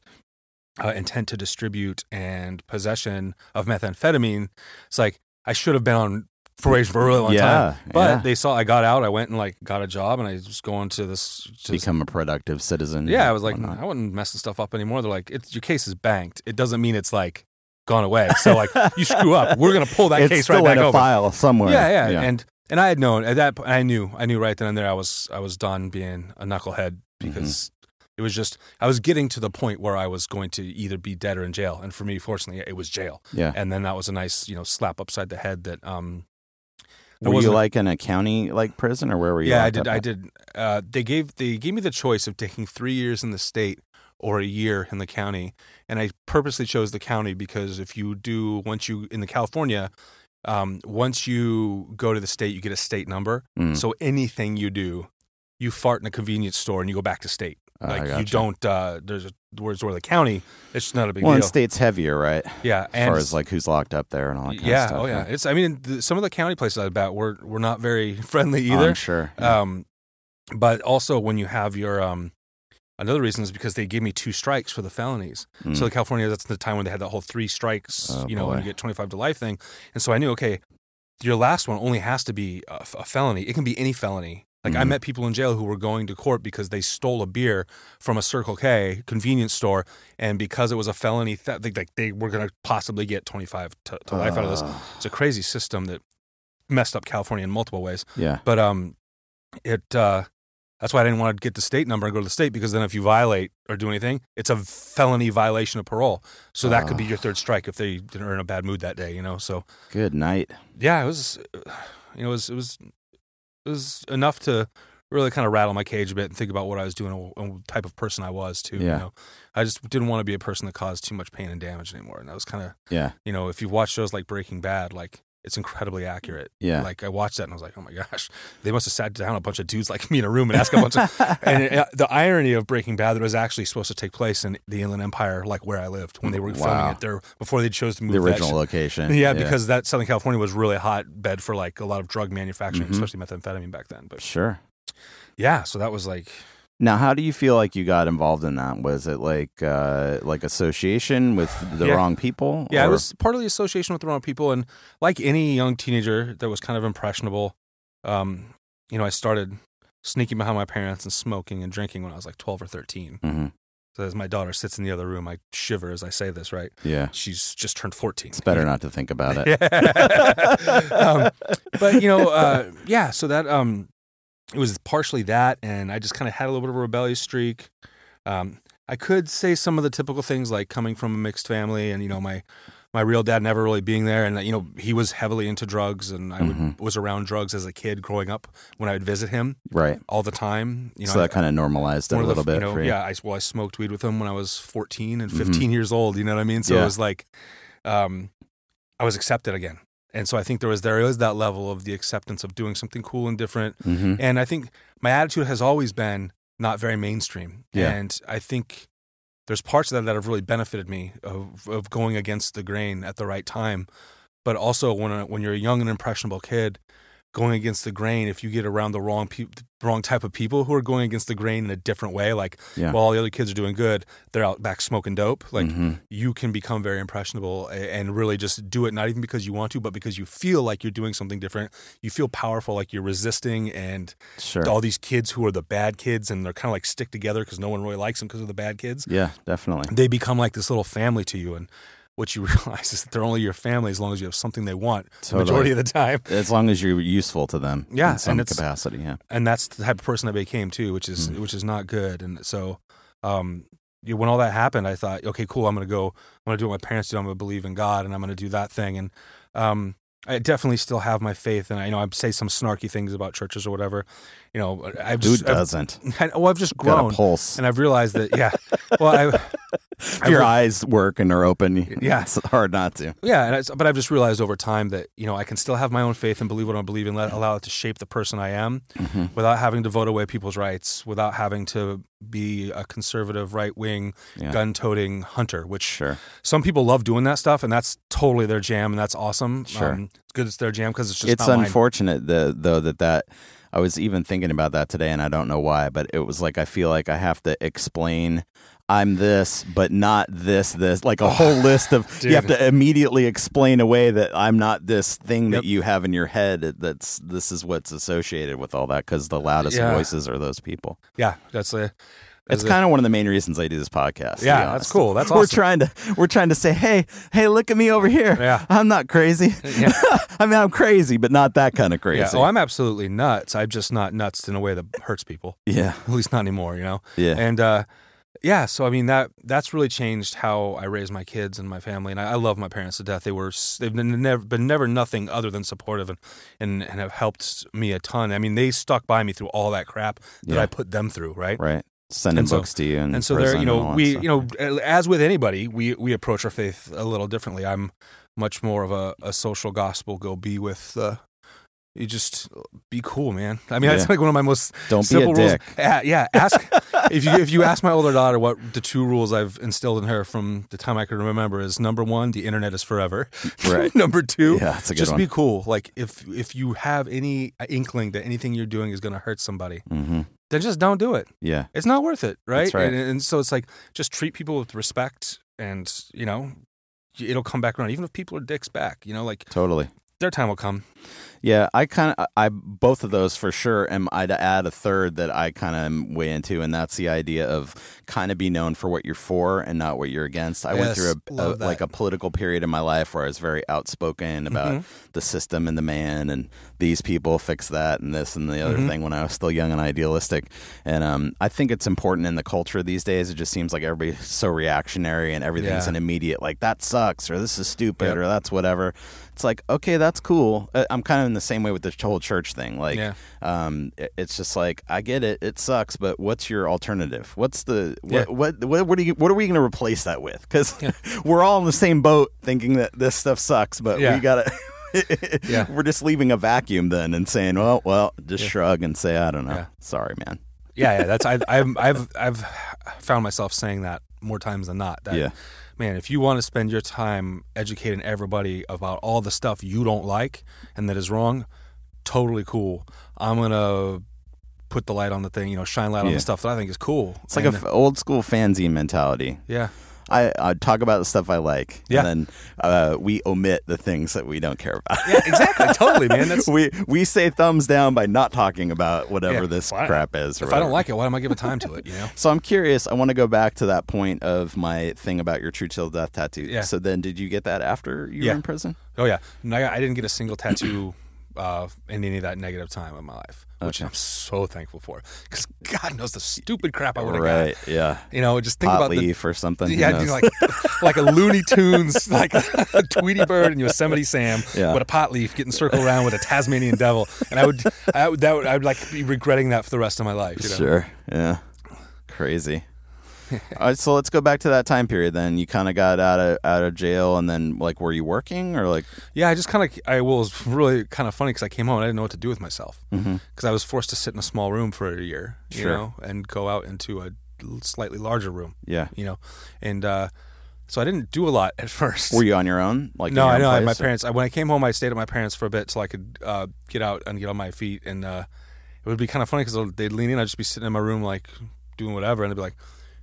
[SPEAKER 2] uh, intent to distribute and possession of methamphetamine. It's like I should have been on 4-H for a really long
[SPEAKER 1] Yeah,
[SPEAKER 2] time. But
[SPEAKER 1] yeah.
[SPEAKER 2] they saw I got out. I went and like got a job, and I was going to this. To this-
[SPEAKER 1] become a productive citizen.
[SPEAKER 2] yeah, I was like,
[SPEAKER 1] whatnot.
[SPEAKER 2] I wouldn't mess this stuff up anymore. They're like, it's, your case is banked. It doesn't mean it's like gone away. So like, you screw up, we're gonna pull that
[SPEAKER 1] it's
[SPEAKER 2] case
[SPEAKER 1] still
[SPEAKER 2] right back
[SPEAKER 1] in a
[SPEAKER 2] over.
[SPEAKER 1] file somewhere.
[SPEAKER 2] Yeah, yeah, and and I had known at that point. I knew, I knew right then and there. I was, I was done being a knucklehead
[SPEAKER 1] Mm-hmm.
[SPEAKER 2] because it was just, I was getting to the point where I was going to either be dead or in jail. And for me, fortunately, it was jail.
[SPEAKER 1] yeah.
[SPEAKER 2] And then that was a nice, you know, slap upside the head that, um, there
[SPEAKER 1] Were you
[SPEAKER 2] wasn't-
[SPEAKER 1] like in a county like prison or where were you?
[SPEAKER 2] yeah, I
[SPEAKER 1] locked
[SPEAKER 2] did.
[SPEAKER 1] up
[SPEAKER 2] I
[SPEAKER 1] at?
[SPEAKER 2] did. Uh, they gave they gave me the choice of taking three years in the state or a year in the county, and I purposely chose the county because if you do once you in the California, um, once you go to the state, you get a state number.
[SPEAKER 1] Mm.
[SPEAKER 2] So anything you do, you fart in a convenience store and you go back to state.
[SPEAKER 1] Oh, I
[SPEAKER 2] like you
[SPEAKER 1] gotcha.
[SPEAKER 2] don't. Uh, there's a, whereas where the county, it's just not a big
[SPEAKER 1] Well, and
[SPEAKER 2] deal.
[SPEAKER 1] state's heavier, right?
[SPEAKER 2] yeah,
[SPEAKER 1] As far as like who's locked up there and all that kind
[SPEAKER 2] yeah,
[SPEAKER 1] of stuff.
[SPEAKER 2] oh yeah. It's I mean the, some of the county places I bet were were not very friendly either.
[SPEAKER 1] I'm sure.
[SPEAKER 2] Um, but also when you have your um, another reason is because they gave me two strikes for the felonies.
[SPEAKER 1] Mm.
[SPEAKER 2] So the California, that's the time when they had that whole three strikes,
[SPEAKER 1] Oh,
[SPEAKER 2] you know, and
[SPEAKER 1] boy.
[SPEAKER 2] you get twenty five to life thing. And so I knew, okay, your last one only has to be a, a felony. It can be any felony. Like I
[SPEAKER 1] Mhm.
[SPEAKER 2] met people in jail who were going to court because they stole a beer from a Circle K convenience store, and because it was a felony, th- they, like they were going to possibly get twenty five to, to life out of this.
[SPEAKER 1] Ugh.
[SPEAKER 2] It's a crazy system that messed up California in multiple ways.
[SPEAKER 1] Yeah.
[SPEAKER 2] But um, it uh, that's why I didn't want to get the state number and go to the state because then if you violate or do anything, it's a felony violation of parole. So that
[SPEAKER 1] Ah.
[SPEAKER 2] could be your third strike if they didn't are in a bad mood that day, you know. So
[SPEAKER 1] Good night.
[SPEAKER 2] yeah, it was, you know, it was it was it was enough to really kind of rattle my cage a bit and think about what I was doing and what type of person I was too.
[SPEAKER 1] Yeah.
[SPEAKER 2] You know, I just didn't want to be a person that caused too much pain and damage anymore. And that was kind of
[SPEAKER 1] Yeah.
[SPEAKER 2] you know, if you watch shows like Breaking Bad, like it's incredibly accurate.
[SPEAKER 1] Yeah.
[SPEAKER 2] Like I watched that and I was like, oh my gosh, they must have sat down a bunch of dudes like me in a room and asked a bunch of. And uh, the irony of Breaking Bad that was actually supposed to take place in the Inland Empire, like where I lived when they were
[SPEAKER 1] Wow.
[SPEAKER 2] filming it there before they chose to move
[SPEAKER 1] the
[SPEAKER 2] that
[SPEAKER 1] original location.
[SPEAKER 2] shit. Yeah, because that Southern California was really a hotbed for like a lot of drug manufacturing,
[SPEAKER 1] Mhm.
[SPEAKER 2] especially methamphetamine back then. But
[SPEAKER 1] sure.
[SPEAKER 2] yeah, so that was like
[SPEAKER 1] Now, how do you feel like you got involved in that? Was it like uh, like association with the
[SPEAKER 2] Yeah.
[SPEAKER 1] wrong people?
[SPEAKER 2] Yeah,
[SPEAKER 1] or-
[SPEAKER 2] it was part of the association with the wrong people, and like any young teenager that was kind of impressionable, um, you know, I started sneaking behind my parents and smoking and drinking when I was like twelve or thirteen.
[SPEAKER 1] Mhm.
[SPEAKER 2] So as my daughter sits in the other room, I shiver as I say this. Right,
[SPEAKER 1] Yeah,
[SPEAKER 2] she's just turned fourteen.
[SPEAKER 1] it's better not to think about it.
[SPEAKER 2] Yeah. um, but you know, uh, yeah. So that um, it was partially that, and I just kind of had a little bit of a rebellious streak. Um, I could say some of the typical things like coming from a mixed family, and you know, my my real dad never really being there, and you know, he was heavily into drugs, and I would,
[SPEAKER 1] Mhm.
[SPEAKER 2] was around drugs as a kid growing up when I would visit him
[SPEAKER 1] right.
[SPEAKER 2] all the time. You know,
[SPEAKER 1] so
[SPEAKER 2] I-
[SPEAKER 1] that kind of normalized it a
[SPEAKER 2] one of the
[SPEAKER 1] little
[SPEAKER 2] f-
[SPEAKER 1] bit
[SPEAKER 2] you know,
[SPEAKER 1] for you.
[SPEAKER 2] Yeah, I, well, I smoked weed with him when I was 14 and
[SPEAKER 1] Mhm.
[SPEAKER 2] 15 years old. You know what I mean? So
[SPEAKER 1] Yeah.
[SPEAKER 2] it was like, um, I was accepted again. And so I think there was there is that level of the acceptance of doing something cool and different.
[SPEAKER 1] hmm
[SPEAKER 2] And I think my attitude has always been not very mainstream.
[SPEAKER 1] Yeah.
[SPEAKER 2] And I think there's parts of that that have really benefited me of, of going against the grain at the right time. But also when I- when you're a young and impressionable kid, going against the grain, if you get around the wrong peop wrong type of people who are going against the grain in a different way, like
[SPEAKER 1] Yeah.
[SPEAKER 2] well, all the other kids are doing good, they're out back smoking dope. Like
[SPEAKER 1] Mhm.
[SPEAKER 2] you can become very impressionable a- and really just do it not even because you want to, but because you feel like you're doing something different. You feel powerful, like you're resisting and
[SPEAKER 1] Sure.
[SPEAKER 2] all these kids who are the bad kids and they're kind of like stick together because no one really likes them because of the bad kids.
[SPEAKER 1] Yeah, definitely.
[SPEAKER 2] They become like this little family to you. And what you realize is that they're only your family as long as you have something they want the
[SPEAKER 1] Totally.
[SPEAKER 2] majority of the time.
[SPEAKER 1] As long as you're useful to them.
[SPEAKER 2] Yeah,
[SPEAKER 1] In
[SPEAKER 2] and
[SPEAKER 1] some
[SPEAKER 2] it's-
[SPEAKER 1] capacity. Yeah.
[SPEAKER 2] And that's the type of person I became too, which is,
[SPEAKER 1] Mm.
[SPEAKER 2] which is not good. And so, um, you know, when all that happened, I thought, okay, cool. I'm going to go, I'm going to do what my parents do. I'm going to believe in God and I'm going to do that thing. And, um, I definitely still have my faith, and I you know I say some snarky things about churches or whatever. You know, I've
[SPEAKER 1] Who
[SPEAKER 2] just I've,
[SPEAKER 1] doesn't?
[SPEAKER 2] I, well, I've just
[SPEAKER 1] Got
[SPEAKER 2] grown.
[SPEAKER 1] a pulse.
[SPEAKER 2] and I've realized that yeah, well, I,
[SPEAKER 1] If
[SPEAKER 2] I've
[SPEAKER 1] your
[SPEAKER 2] re-
[SPEAKER 1] eyes work and are open,
[SPEAKER 2] Yeah.
[SPEAKER 1] it's hard not to.
[SPEAKER 2] yeah, and I, but I've just realized over time that you know I can still have my own faith and believe what I believe and let allow it to shape the person I am,
[SPEAKER 1] Mhm.
[SPEAKER 2] without having to vote away people's rights, without having to be a conservative right wing
[SPEAKER 1] Yeah.
[SPEAKER 2] gun toting hunter, which
[SPEAKER 1] Sure.
[SPEAKER 2] some people love doing that stuff, and that's totally their jam, and that's awesome. Um,
[SPEAKER 1] Sure.
[SPEAKER 2] it's good it's their jam because it's just
[SPEAKER 1] it's
[SPEAKER 2] not mine.
[SPEAKER 1] unfortunate tha- though that that I was even thinking about that today, and I don't know why, but it was like I feel like I have to explain I'm this, but not this, this. Like a whole list of, you have
[SPEAKER 2] Dude.
[SPEAKER 1] to immediately explain away that I'm not this thing that
[SPEAKER 2] Yep.
[SPEAKER 1] you have in your head. That's this is what's associated with all that because the loudest
[SPEAKER 2] Yeah.
[SPEAKER 1] voices are those people.
[SPEAKER 2] Yeah, that's a.
[SPEAKER 1] It's
[SPEAKER 2] Is it-
[SPEAKER 1] kind of one of the main reasons I do this podcast. to
[SPEAKER 2] Yeah,
[SPEAKER 1] be
[SPEAKER 2] that's
[SPEAKER 1] honest.
[SPEAKER 2] cool. That's
[SPEAKER 1] We're
[SPEAKER 2] awesome.
[SPEAKER 1] trying to we're trying to say, hey, hey, look at me over here.
[SPEAKER 2] Yeah.
[SPEAKER 1] I'm not crazy. I mean, I'm crazy, but not that kind of
[SPEAKER 2] Yeah.
[SPEAKER 1] crazy.
[SPEAKER 2] Oh, I'm absolutely nuts. I'm just not nuts in a way that hurts people.
[SPEAKER 1] yeah,
[SPEAKER 2] At least not anymore, you know.
[SPEAKER 1] yeah,
[SPEAKER 2] And uh, yeah, so I mean that that's really changed how I raise my kids and my family. And I, I love my parents to death. They were s- they've been never been never nothing other than supportive and, and and have helped me a ton. I mean, they stuck by me through all that crap that
[SPEAKER 1] Yeah.
[SPEAKER 2] I put them through. Right.
[SPEAKER 1] right. Sending
[SPEAKER 2] and so-
[SPEAKER 1] books to you, and,
[SPEAKER 2] and so there
[SPEAKER 1] prison and
[SPEAKER 2] you
[SPEAKER 1] all
[SPEAKER 2] know
[SPEAKER 1] that
[SPEAKER 2] we
[SPEAKER 1] stuff.
[SPEAKER 2] you know as with anybody we we approach our faith a little differently i'm much more of a, a social gospel go be with uh you just be cool man i mean
[SPEAKER 1] Yeah.
[SPEAKER 2] that's like one of my most
[SPEAKER 1] don't be a
[SPEAKER 2] simple rules
[SPEAKER 1] dick.
[SPEAKER 2] yeah, yeah ask if you if you ask my older daughter what the two rules i've instilled in her from the time i can remember is number one the internet is forever
[SPEAKER 1] Right.
[SPEAKER 2] number two
[SPEAKER 1] Yeah, that's a good
[SPEAKER 2] just
[SPEAKER 1] one.
[SPEAKER 2] be cool like if if you have any inkling that anything you're doing is going to hurt somebody
[SPEAKER 1] mm-hmm.
[SPEAKER 2] then just don't do it
[SPEAKER 1] Yeah,
[SPEAKER 2] it's not worth it, right?
[SPEAKER 1] That's right.
[SPEAKER 2] And, and so it's like just treat people with respect, and you know, it'll come back around. Even if people are dicks back, you know, like
[SPEAKER 1] totally.
[SPEAKER 2] their time will come.
[SPEAKER 1] Yeah, I kind of I both of those for sure. And I'd add a third that I kind of am way into, and that's the idea of kind of be known for what you're for and not what you're against. I went
[SPEAKER 2] Yes,
[SPEAKER 1] through a, a
[SPEAKER 2] love that.
[SPEAKER 1] like a political period in my life where I was very outspoken
[SPEAKER 2] Mm-hmm.
[SPEAKER 1] about the system and the man and these people fix that and this and the other
[SPEAKER 2] Mm-hmm.
[SPEAKER 1] thing when I was still young and idealistic. And um, I think it's important in the culture these days. It just seems like everybody's so reactionary and everything's
[SPEAKER 2] Yeah.
[SPEAKER 1] an immediate like that sucks or this is stupid
[SPEAKER 2] Yep.
[SPEAKER 1] or that's whatever. It's like okay, that's cool. Uh, I'm kind of in the same way with the whole church thing. Like,
[SPEAKER 2] Yeah.
[SPEAKER 1] um, it- it's just like I get it, it sucks, but what's your alternative? What's the what
[SPEAKER 2] Yeah.
[SPEAKER 1] what, what what are you what are we going to replace that with? Because we're all in the same boat, thinking that this stuff sucks, but
[SPEAKER 2] Yeah.
[SPEAKER 1] we gotta.
[SPEAKER 2] Yeah.
[SPEAKER 1] We're just leaving a vacuum then and saying, well, well, just shrug and say, I don't know.
[SPEAKER 2] Yeah.
[SPEAKER 1] Sorry, man.
[SPEAKER 2] Yeah, yeah. That's I, I've I've I've found myself saying that more times than not. That,
[SPEAKER 1] Yeah.
[SPEAKER 2] Man, if you want to spend your time educating everybody about all the stuff you don't like and that is wrong, totally cool. I'm gonna put the light on the thing, you know, shine light on
[SPEAKER 1] Yeah.
[SPEAKER 2] the stuff that I think is cool.
[SPEAKER 1] It's like an old school fanzine mentality.
[SPEAKER 2] yeah.
[SPEAKER 1] I, I talk about the stuff I like,
[SPEAKER 2] Yeah.
[SPEAKER 1] and then uh, we omit the things that we don't care about.
[SPEAKER 2] Yeah, exactly. totally, man. That's
[SPEAKER 1] we we say thumbs down by not talking about whatever
[SPEAKER 2] Yeah,
[SPEAKER 1] this
[SPEAKER 2] why-
[SPEAKER 1] crap is. Or
[SPEAKER 2] if I
[SPEAKER 1] whatever.
[SPEAKER 2] don't like it, why am I giving time to it? You know?
[SPEAKER 1] so I'm curious. I want to go back to that point of my thing about your True Till Death tattoo.
[SPEAKER 2] Yeah.
[SPEAKER 1] So then, did you get that after you
[SPEAKER 2] Yeah.
[SPEAKER 1] were in prison?
[SPEAKER 2] Oh yeah, no, I, I didn't get a single tattoo uh, in any of that negative time in my life, which
[SPEAKER 1] Okay.
[SPEAKER 2] I'm so thankful for. Because God knows the stupid crap I would have
[SPEAKER 1] Right. Yeah.
[SPEAKER 2] got. You know, just think
[SPEAKER 1] Pot
[SPEAKER 2] about the.
[SPEAKER 1] leaf or something. who
[SPEAKER 2] Yeah,
[SPEAKER 1] knows?
[SPEAKER 2] you know, like like a Looney Tunes, like a Tweety Bird and Yosemite Sam
[SPEAKER 1] Yeah.
[SPEAKER 2] with a pot leaf getting circled around with a Tasmanian devil, and I would, I would, that would, I would like be regretting that for the rest of my life. You know?
[SPEAKER 1] Sure. Yeah. Crazy. All right, so let's go back to that time period. Then you kind of got out of out of jail, and then like, were you working or like?
[SPEAKER 2] Yeah, I just kind of, I well, it was really kind of funny because I came home and I didn't know what to do with myself because I was forced to sit in a small room for a year, you
[SPEAKER 1] Mm-hmm. Sure.
[SPEAKER 2] know, and go out into a slightly larger room,
[SPEAKER 1] Yeah.
[SPEAKER 2] you know, and uh, so I didn't do a lot at first.
[SPEAKER 1] Were you on your own? Like in
[SPEAKER 2] no,
[SPEAKER 1] your
[SPEAKER 2] I
[SPEAKER 1] own
[SPEAKER 2] know. I- my
[SPEAKER 1] place, or-
[SPEAKER 2] parents. I, when I came home, I stayed at my parents for a bit till I could uh, get out and get on my feet. And uh, it would be kind of funny because they'd lean in. I'd just be sitting in my room, like doing whatever, and they'd be like,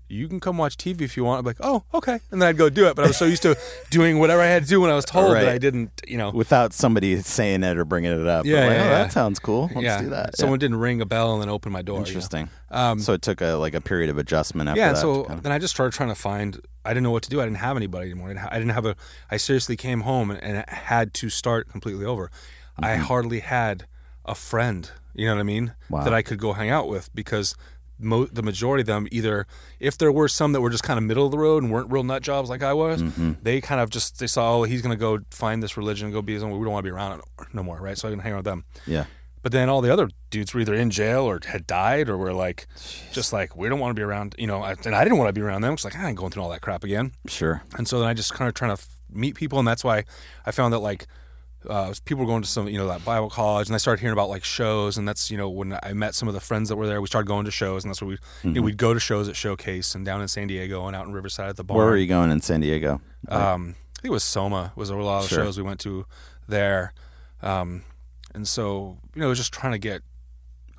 [SPEAKER 2] "You can come watch TV if you want." I'd be like, "Oh, okay," and then I'd go do it. But I was so used to doing whatever I had to do when I was told
[SPEAKER 1] Right.
[SPEAKER 2] that I didn't, you know.
[SPEAKER 1] without somebody saying it or bringing it up.
[SPEAKER 2] Yeah,
[SPEAKER 1] like,
[SPEAKER 2] yeah,
[SPEAKER 1] oh,
[SPEAKER 2] yeah.
[SPEAKER 1] that sounds cool. Let's
[SPEAKER 2] yeah,
[SPEAKER 1] do that.
[SPEAKER 2] Someone didn't ring a bell and then open my door.
[SPEAKER 1] yeah.
[SPEAKER 2] you know?
[SPEAKER 1] interesting.
[SPEAKER 2] Um,
[SPEAKER 1] So it took a like a period of adjustment after
[SPEAKER 2] yeah,
[SPEAKER 1] that.
[SPEAKER 2] and so
[SPEAKER 1] kind of-
[SPEAKER 2] then I just started trying to find. I didn't know what to do. I didn't have anybody anymore. I didn't ha- I didn't have a. I seriously came home and, and had to start completely over. I
[SPEAKER 1] Mm-hmm.
[SPEAKER 2] hardly had a friend. You know what I mean?
[SPEAKER 1] Wow.
[SPEAKER 2] That I could go hang out with because mo- the majority of them either, if there were some that were just kind of middle of the road and weren't real nut jobs like I was,
[SPEAKER 1] Mm-hmm.
[SPEAKER 2] they kind of just they saw oh he's gonna go find this religion and go be his own. We don't want to be around it no more, right? So I didn't hang out with them.
[SPEAKER 1] yeah,
[SPEAKER 2] But then all the other dudes were either in jail or had died or were like, just like, we don't want to be around, you know, I- and I didn't want to be around them because, like, I ain't going through all that crap again.
[SPEAKER 1] sure.
[SPEAKER 2] And so then I just kind of trying to f- meet people. And that's why I found that, like, uh, people were going to some, you know, that Bible college, and I started hearing about like shows, and that's, you know, when I met some of the friends that were there, we started going to shows, and that's where we, you know, we'd go to shows at Showcase and down in San Diego and out in Riverside at the barn.
[SPEAKER 1] Where were you going in San Diego?
[SPEAKER 2] Um, I think it was Soma was a lot of
[SPEAKER 1] Sure.
[SPEAKER 2] shows we went to there, um, and so you know, it was just trying to get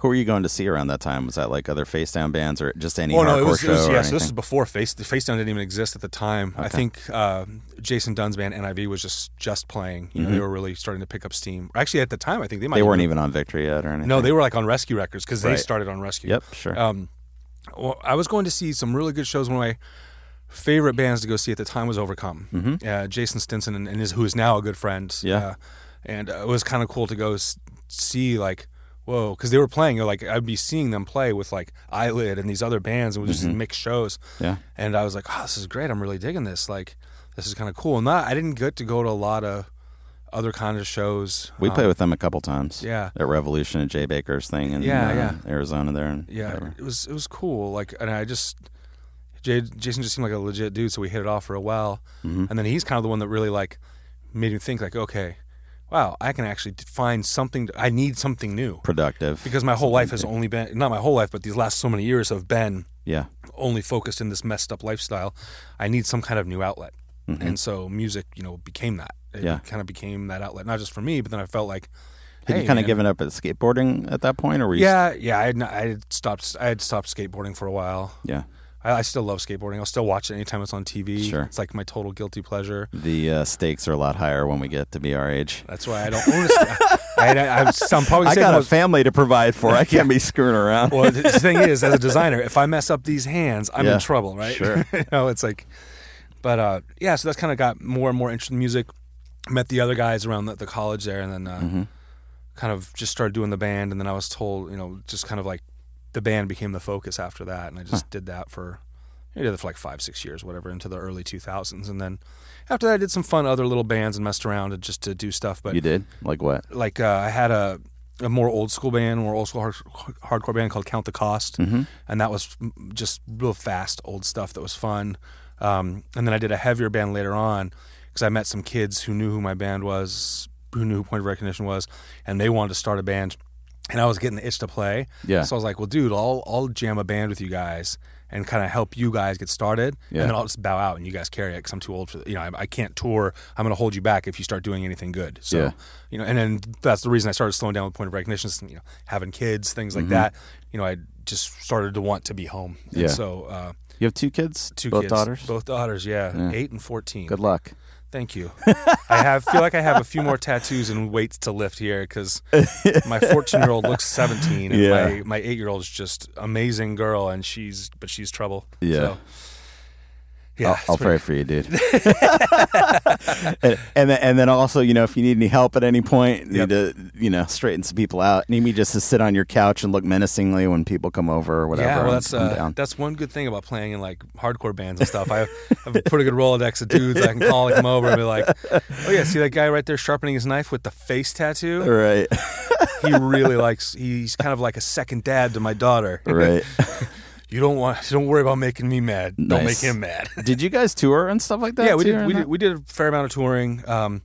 [SPEAKER 1] Who were you going to see around that time? Was that like other face down bands or just any
[SPEAKER 2] Oh
[SPEAKER 1] hardcore
[SPEAKER 2] no, it was,
[SPEAKER 1] show
[SPEAKER 2] it was
[SPEAKER 1] or
[SPEAKER 2] yeah. So this
[SPEAKER 1] anything?
[SPEAKER 2] is before Face. The Face Down didn't even exist at the time. I think uh, Jason Dunn's band NIV was just just playing. You know, they were really starting to pick up steam. Actually, at the time, I think they might
[SPEAKER 1] Mm-hmm. they weren't even on Victory yet or anything.
[SPEAKER 2] No, they were like on Rescue Records because they
[SPEAKER 1] Right.
[SPEAKER 2] started on Rescue.
[SPEAKER 1] Yep, sure.
[SPEAKER 2] Um, well, I was going to see some really good shows. One of my favorite bands to go see at the time was Overcome. Mm-hmm. Uh, Jason Stinson and, and his, who is now a good friend.
[SPEAKER 1] Yeah.
[SPEAKER 2] uh, and uh, it was kind of cool to go s- see like. Whoa, because they were playing. you know, Like I'd be seeing them play with like Eyelid and these other bands, and we just mix shows.
[SPEAKER 1] Mm-hmm. Yeah.
[SPEAKER 2] and I was like, "Oh, this is great! I'm really digging this. Like, this is kind of cool." And not, I didn't get to go to a lot of other kind of shows.
[SPEAKER 1] we
[SPEAKER 2] Um,
[SPEAKER 1] played with them a couple times.
[SPEAKER 2] yeah.
[SPEAKER 1] At Revolution at Jay Baker's thing in
[SPEAKER 2] Yeah,
[SPEAKER 1] uh,
[SPEAKER 2] yeah.
[SPEAKER 1] Arizona there. And
[SPEAKER 2] yeah
[SPEAKER 1] whatever.
[SPEAKER 2] it was it was cool like and i just Jay, jason just seemed like a legit dude so we hit it off for a while
[SPEAKER 1] Mm-hmm.
[SPEAKER 2] and then he's kind of the one that really like made me think like okay wow i can actually find something i need something new
[SPEAKER 1] Productive.
[SPEAKER 2] because my whole life has only been not my whole life but these last so many years have been
[SPEAKER 1] yeah.
[SPEAKER 2] only focused in this messed up lifestyle i need some kind of new outlet and so music you know became that it
[SPEAKER 1] Mm-hmm. Yeah.
[SPEAKER 2] kind of became that outlet not just for me but then i felt like
[SPEAKER 1] Had
[SPEAKER 2] hey,
[SPEAKER 1] you kind
[SPEAKER 2] man.
[SPEAKER 1] of given up at skateboarding at that point or were you
[SPEAKER 2] yeah yeah i had, not, I had stopped i had stopped skateboarding for a while
[SPEAKER 1] yeah.
[SPEAKER 2] I, I still love skateboarding. I'll still watch it anytime it's on TV.
[SPEAKER 1] Sure.
[SPEAKER 2] It's like my total guilty pleasure.
[SPEAKER 1] The uh, stakes are a lot higher when we get to be our age.
[SPEAKER 2] That's why I don't own a skateboard. I, I, I'm, so I'm probably
[SPEAKER 1] I
[SPEAKER 2] saying
[SPEAKER 1] got a
[SPEAKER 2] most-
[SPEAKER 1] family to provide for. I can't be screwing around.
[SPEAKER 2] well, the thing is, as a designer, if I mess up these hands, I'm
[SPEAKER 1] Yeah.
[SPEAKER 2] in trouble, right?
[SPEAKER 1] Sure.
[SPEAKER 2] you know, it's like, but uh, yeah, so that's kind of got more and more interested in music. Met the other guys around the, the college there, and then uh,
[SPEAKER 1] Mm-hmm.
[SPEAKER 2] kind of just started doing the band. And then I was told, you know, just kind of like the band became the focus after that, and I just did that for. I did it for like five, six years, whatever, into the early 2000s, and then after that, I did some fun other little bands and messed around and just to do stuff. But
[SPEAKER 1] You did? Like what?
[SPEAKER 2] like uh, I had a a more old school band, more old school hard, hardcore band called Count the Cost,
[SPEAKER 1] Mm-hmm.
[SPEAKER 2] and that was m- just real fast old stuff that was fun. Um, and then I did a heavier band later on because I met some kids who knew who my band was, who knew who Point of Recognition was, and they wanted to start a band, and I was getting the itch to play.
[SPEAKER 1] Yeah.
[SPEAKER 2] So I was like, well, dude, I'll I'll jam a band with you guys. And kind of help you guys get started,
[SPEAKER 1] Yeah.
[SPEAKER 2] and then I'll just bow out, and you guys carry it because I'm too old for you know I, I can't tour. I'm going to hold you back if you start doing anything good. So
[SPEAKER 1] Yeah.
[SPEAKER 2] you know, and then that's the reason I started slowing down with point of recognition, is, you know, having kids, things like that. You know, I just started to want to be home. And
[SPEAKER 1] Mm-hmm. Yeah.
[SPEAKER 2] so uh,
[SPEAKER 1] You have two kids?
[SPEAKER 2] two
[SPEAKER 1] Both
[SPEAKER 2] kids,
[SPEAKER 1] daughters?
[SPEAKER 2] both daughters, yeah, eight and fourteen.
[SPEAKER 1] Good luck.
[SPEAKER 2] Thank you. I have feel like I have a few more tattoos and weights to lift here because my fourteen year old looks seventeen, and
[SPEAKER 1] Yeah.
[SPEAKER 2] my my eight year old is just amazing girl, and she's but she's trouble.
[SPEAKER 1] Yeah.
[SPEAKER 2] So, yeah,
[SPEAKER 1] I'll,
[SPEAKER 2] it's
[SPEAKER 1] I'll
[SPEAKER 2] pretty-
[SPEAKER 1] pray for you, dude. and, and then, and then also, you know, if you need any help at any point, need
[SPEAKER 2] Yep.
[SPEAKER 1] to, you know, straighten some people out. Need me just to sit on your couch and look menacingly when people come over or whatever.
[SPEAKER 2] Yeah, well,
[SPEAKER 1] I'm-
[SPEAKER 2] that's
[SPEAKER 1] I'm
[SPEAKER 2] uh,
[SPEAKER 1] down.
[SPEAKER 2] that's one good thing about playing in like hardcore bands and stuff. I have, I have a pretty good rolodex of dudes I can call and come over and be like, "Oh yeah, see that guy right there sharpening his knife with the face tattoo?
[SPEAKER 1] right,
[SPEAKER 2] He really likes. He's kind of like a second dad to my daughter.
[SPEAKER 1] right.
[SPEAKER 2] You don't want. Don't worry about making me mad. Don't make
[SPEAKER 1] Nice.
[SPEAKER 2] him mad.
[SPEAKER 1] did you guys tour and stuff like that?
[SPEAKER 2] yeah, we
[SPEAKER 1] too,
[SPEAKER 2] did.
[SPEAKER 1] or
[SPEAKER 2] We
[SPEAKER 1] not?
[SPEAKER 2] did, we did a fair amount of touring. Um,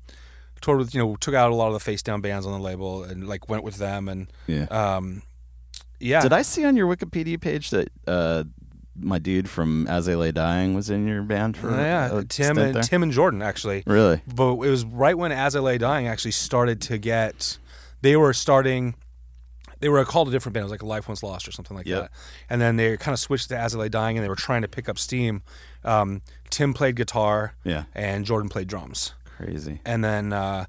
[SPEAKER 2] toured with you know took out a lot of the face down bands on the label and like went with them and
[SPEAKER 1] Yeah.
[SPEAKER 2] um, yeah.
[SPEAKER 1] Did I see on your Wikipedia page that uh, my dude from As They Lay Dying was in your band for
[SPEAKER 2] Oh, yeah,
[SPEAKER 1] a
[SPEAKER 2] Tim
[SPEAKER 1] uh, stint
[SPEAKER 2] and
[SPEAKER 1] there?
[SPEAKER 2] Tim and Jordan actually.
[SPEAKER 1] Really?
[SPEAKER 2] but it was right when As I Lay Dying actually started to get. They were starting. They were called a different band. It was like Life Once Lost or something like
[SPEAKER 1] Yep.
[SPEAKER 2] that. And then they kind of switched to As I Lay Dying, and they were trying to pick up steam. Um, Tim played guitar,
[SPEAKER 1] Yeah.
[SPEAKER 2] and Jordan played drums.
[SPEAKER 1] Crazy.
[SPEAKER 2] And then uh,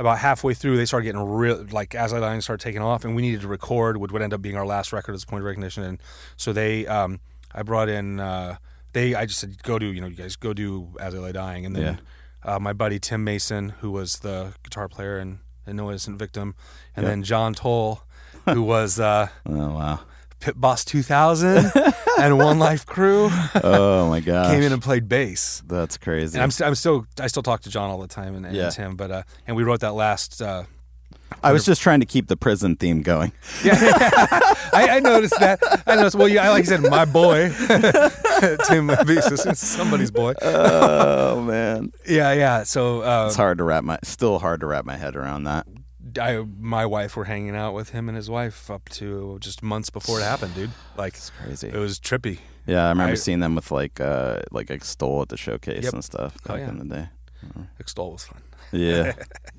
[SPEAKER 2] about halfway through, they started getting real like As I Lay Dying started taking off, and we needed to record what would end up being our last record as Point of Recognition. And so they, um, I brought in. Uh, they, I just said, go do you know, you guys go do As I Lay Dying, and then uh, my buddy Tim Mason, who was the guitar player in in No Innocent Victim, and then John Toll, who was uh,
[SPEAKER 1] Oh wow.
[SPEAKER 2] Pit Boss 2000 and One Life Crew,
[SPEAKER 1] Oh my gosh.
[SPEAKER 2] came in and played bass.
[SPEAKER 1] That's crazy.
[SPEAKER 2] And I'm, st- I'm still I still talk to John all the time and, and
[SPEAKER 1] Yeah.
[SPEAKER 2] Tim, but uh, and we wrote that last. Uh,
[SPEAKER 1] I was just trying to keep the prison theme going.
[SPEAKER 2] yeah, I, I noticed that. I noticed. Well, yeah, like you said, my boy, Tim Mason, somebody's boy.
[SPEAKER 1] oh man,
[SPEAKER 2] Yeah, yeah. So uh,
[SPEAKER 1] it's hard to wrap my still hard to wrap my head around that.
[SPEAKER 2] I, my wife were hanging out with him and his wife up to just months before it happened, dude. Like
[SPEAKER 1] It's crazy.
[SPEAKER 2] it was trippy.
[SPEAKER 1] Yeah, I remember
[SPEAKER 2] I-
[SPEAKER 1] seeing them with like uh like extol at the showcase
[SPEAKER 2] Yep. Oh,
[SPEAKER 1] and stuff back
[SPEAKER 2] yeah.
[SPEAKER 1] in the day.
[SPEAKER 2] Extol was fun.
[SPEAKER 1] Yeah,